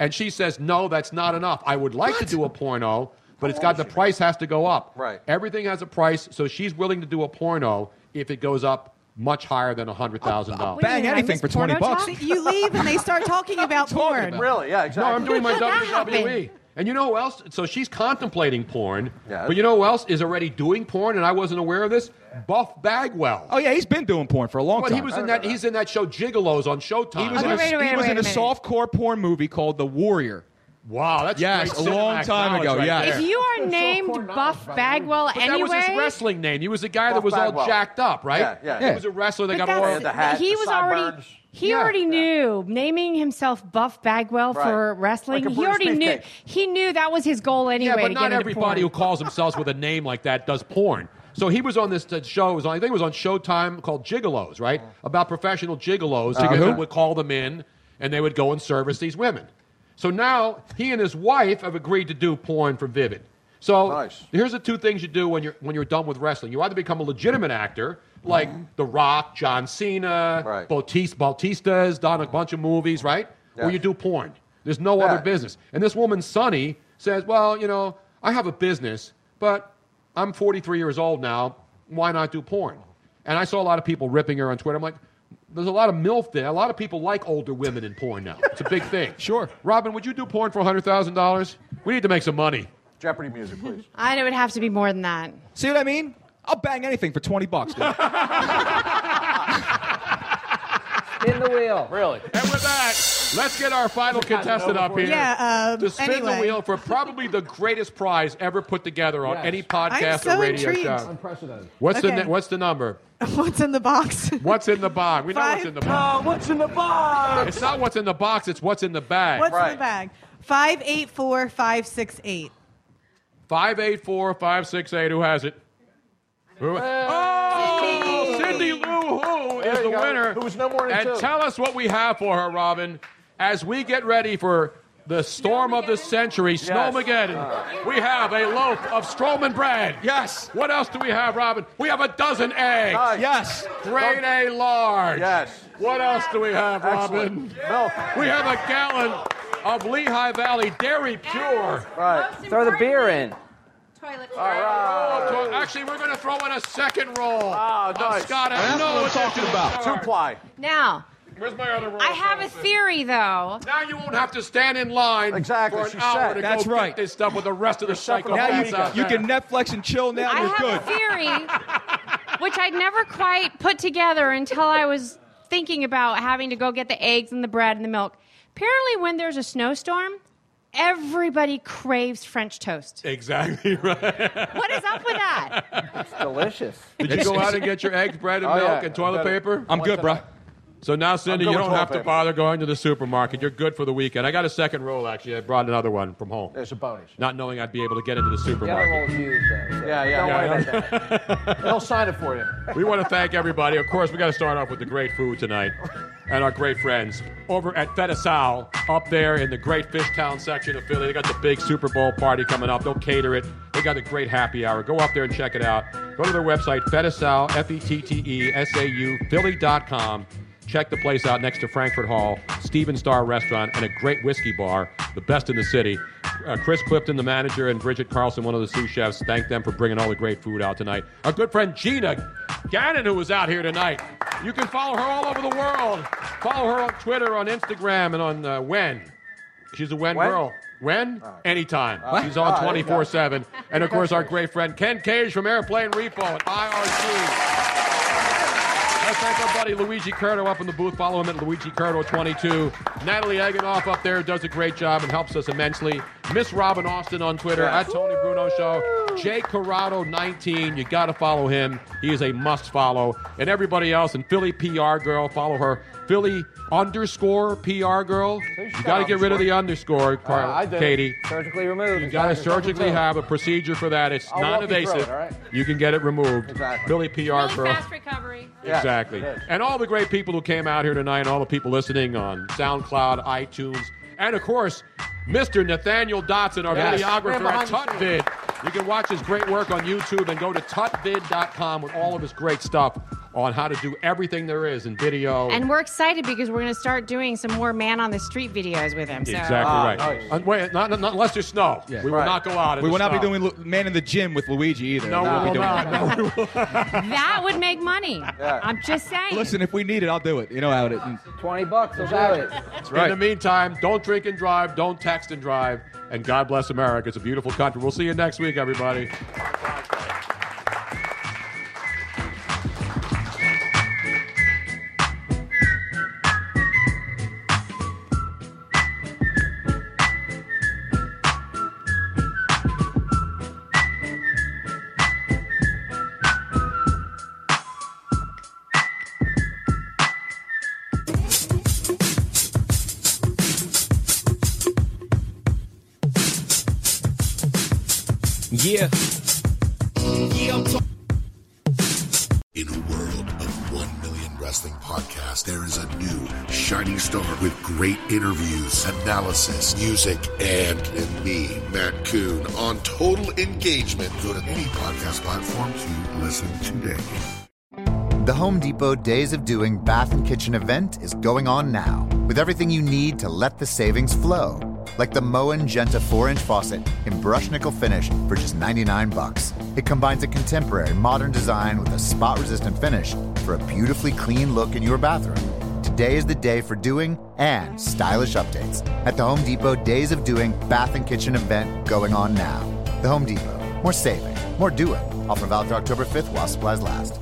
And she says, no, that's not enough. I would like to do a porno, but it's got the price has to go up.
Right.
Everything has a price, so she's willing to do a porno if it goes up much higher than $100,000.
Bang anything for 20 bucks.
See, you leave and they start talking about porn.
Really? Yeah,
No,
exactly.
I'm doing my WWE. And you know who else? So she's contemplating porn. But you know who else is already doing porn, and I wasn't aware of this? Buff Bagwell.
Oh, yeah, he's been doing porn for a long
But
time.
he was in that. He's in that show Gigolos on Showtime.
He was in
Okay,
a,
wait, wait,
he was
wait
in
a
a
minute.
softcore porn movie called The Warrior.
wow, that's
Yes,
great
a long
Cinemax
time
knowledge
ago,
Right
yeah.
there.
If you are named Buff Bagwell
but that
anyway,
was his wrestling name. He was a guy that
Buff
was
Bagwell.
all jacked up, right?
Yeah, yeah.
He was a wrestler that
but
got
that's-
all.
the hat,
he
the
was already
sideburns.
he
Yeah.
already knew naming himself Buff Bagwell
Right.
for
Like
wrestling.
a
he
Brutus
already knew
beefcake.
he knew that was his goal anyway.
yeah, but
to
not
get into
everybody who
porn.
calls themselves with a name like that does porn. So he was on this uh, show. It was on, I think it was on Showtime called Gigolos, right?
Uh-huh.
About professional gigolos
Uh,
who
who?
would call them in, and they would go and service these women. So now he and his wife have agreed to do porn for Vivid. So here's the two things you do when you're when you're done with wrestling. You either become a legitimate actor, like The Rock, John Cena, Bautista, Bautista's done a bunch of movies, right? Or
Yeah.
you do porn. There's no other business. And this woman, Sonny, says, Well, you know, I have a business, but I'm 43 years old now. Why not do porn? And I saw a lot of people ripping her on Twitter. I'm like, there's a lot of MILF there. A lot of people like older women in porn now. It's a big thing. sure. Robin, would you do porn for $100,000? We need to make some money.
Jeopardy music, please.
I know it would have to be more than that.
See what I mean? I'll bang anything for 20 bucks. dude.
In the wheel.
Really? And with that, let's get our final contestant up here.
Yeah, um,
to spin
anyway.
the wheel for probably the greatest prize ever put together on
Yes.
any
I'm
podcast
so
or radio
intrigued.
show.
Unprecedented.
What's the
Okay.
ne- What's the number?
What's in the box?
What's in the box? We know what's in the box.
Uh, what's in the box?
It's not what's in the box. It's what's in the bag.
What's in the bag? Five eight four five six eight.
Five eight four five six eight. Who has it? Who? Oh, Cindy Lou Who
There
is
you
the
go.
winner.
Who was number one and
And
two.
tell us what we have for her, Robin, as we get ready for the storm of the century, Snowmageddon.
Uh.
We have a loaf of Strowman bread. Yes. What else do we have, Robin? We have a dozen eggs.
Nice.
Yes.
Grade A large. Yes. What else do we have, Robin?
Excellent. Milk.
We have a gallon of Lehigh Valley Dairy Pure.
Right. Throw the beer in.
Toilet.
So actually, we're going to throw in a second roll. Uh,
Ah, nice.
Scott, I
That's
know
what I'm
what
talking about. Two
ply.
Now,
Where's my other roll?
I have a theory, though.
Now you won't have to stand in line
Exactly,
for an
she
hour
said.
to
That's
go
right.
get this stuff with the rest of the cycle.
now you, you can Netflix and chill now.
I
You're
have
good.
a theory, which I'd never quite put together until I was thinking about having to go get the eggs and the bread and the milk. Apparently, when there's a snowstorm, everybody craves French toast.
Exactly right.
What is up with that?
It's delicious.
Did you go out and get your eggs, bread, and
Oh,
milk,
yeah.
and toilet
I better-
paper?
I'm good,
bro. So now, Cindy,
I'm
you
good
don't
with
have
toilet
to
paper.
bother going to the supermarket. You're good for the weekend. I got a second roll, actually. I brought another one from home. There's a bonus. Not knowing I'd be able to get into the
The other
supermarket.
roll's used, though. so
Yeah, yeah.
Don't
Yeah,
worry
I
about
know.
that.
They'll sign it for you.
We want to thank everybody. Of course, we got to start off with the great food tonight and our great friends over at Feta Sal up there in the great Fishtown section of Philly. They got the big Super Bowl party coming up. They'll cater it. They got a great happy hour. Go up there and check it out. Go to their website, FetaSal, F E T T E S A U, Philly.com. Check the place out next to Frankfurt Hall, Steven Star Restaurant, and a great whiskey bar, the best in the city. Uh, Chris Clifton, the manager, and Bridget Carlson, one of the sous chefs, thank them for bringing all the great food out tonight. Our good friend Gina Gannon, who was out here tonight. You can follow her all over the world. Follow her on Twitter, on Instagram, and on uh, Wen. She's a Wen,
Wen? Oh,
girl. Wen? Anytime.
What?
She's on
Oh, there you
24 7. And of course, our great friend Ken Cage from Airplane Repo at IRC. Let's thank our buddy Luigi Curto up in the booth. Follow him at Luigi Curto 22. Natalie Eganoff up there does a great job and helps us immensely. Miss Robin Austin on Twitter
Yeah.
at Tony Bruno Show. Jay Corrado 19. You got to follow him. He is a must follow. And everybody else and Philly PR Girl, follow her. Philly underscore PR Girl. You got to get rid of the underscore, Car-
Uh, I did it.
Katie.
Surgically removed.
You got to surgically have a procedure for that. It's
I'll walk you through it,
non-invasive.
all right?
You can get it removed.
Exactly.
Philly PR girl.
recovery.
Exactly. And all the great people who came out here tonight, all the people listening on SoundCloud, iTunes, and of course, Mr. Nathaniel Dotson, our
Yes. Man
videographer at
behind the scenes.
TutVid. You can watch his great work on YouTube and go to tutvid.com with all of his great stuff on how to do everything there is in video.
And we're excited because we're going to start doing some more man on the street videos with him. So.
exactly right. Un- wait, not, not- unless there's snow. We will
Ah, Right.
not go out. in
We
the
will not be
snow.
doing Lu- man in the gym with Luigi either.
No, we will
be doing
not.
that.
That would make money. I'm just saying.
Listen, if we need it, I'll do it. You know how it.
Twenty bucks will do it.
That's
right.
In the meantime, don't drink and drive, don't text and drive, and God bless America. It's a beautiful country. We'll see you next week, everybody.
Yeah. Yeah, I'm talking. Wrestling Podcast, there is a new shining star with great interviews, analysis, music, and, and me, Matt Coon, on total engagement. Go to any podcast platform to listen today.
The Home Depot Days of Doing Bath and Kitchen event is going on now with everything you need to let the savings flow. Like the Moen Genta 4 inch faucet in brush nickel finish for just 99 bucks. It combines a contemporary modern design with a spot resistant finish for a beautifully clean look in your bathroom. Today is the day for doing and stylish updates at the Home Depot Days of Doing Bath and Kitchen event going on now. The Home Depot. More saving, more doing. Offer valid through October 5th while supplies last.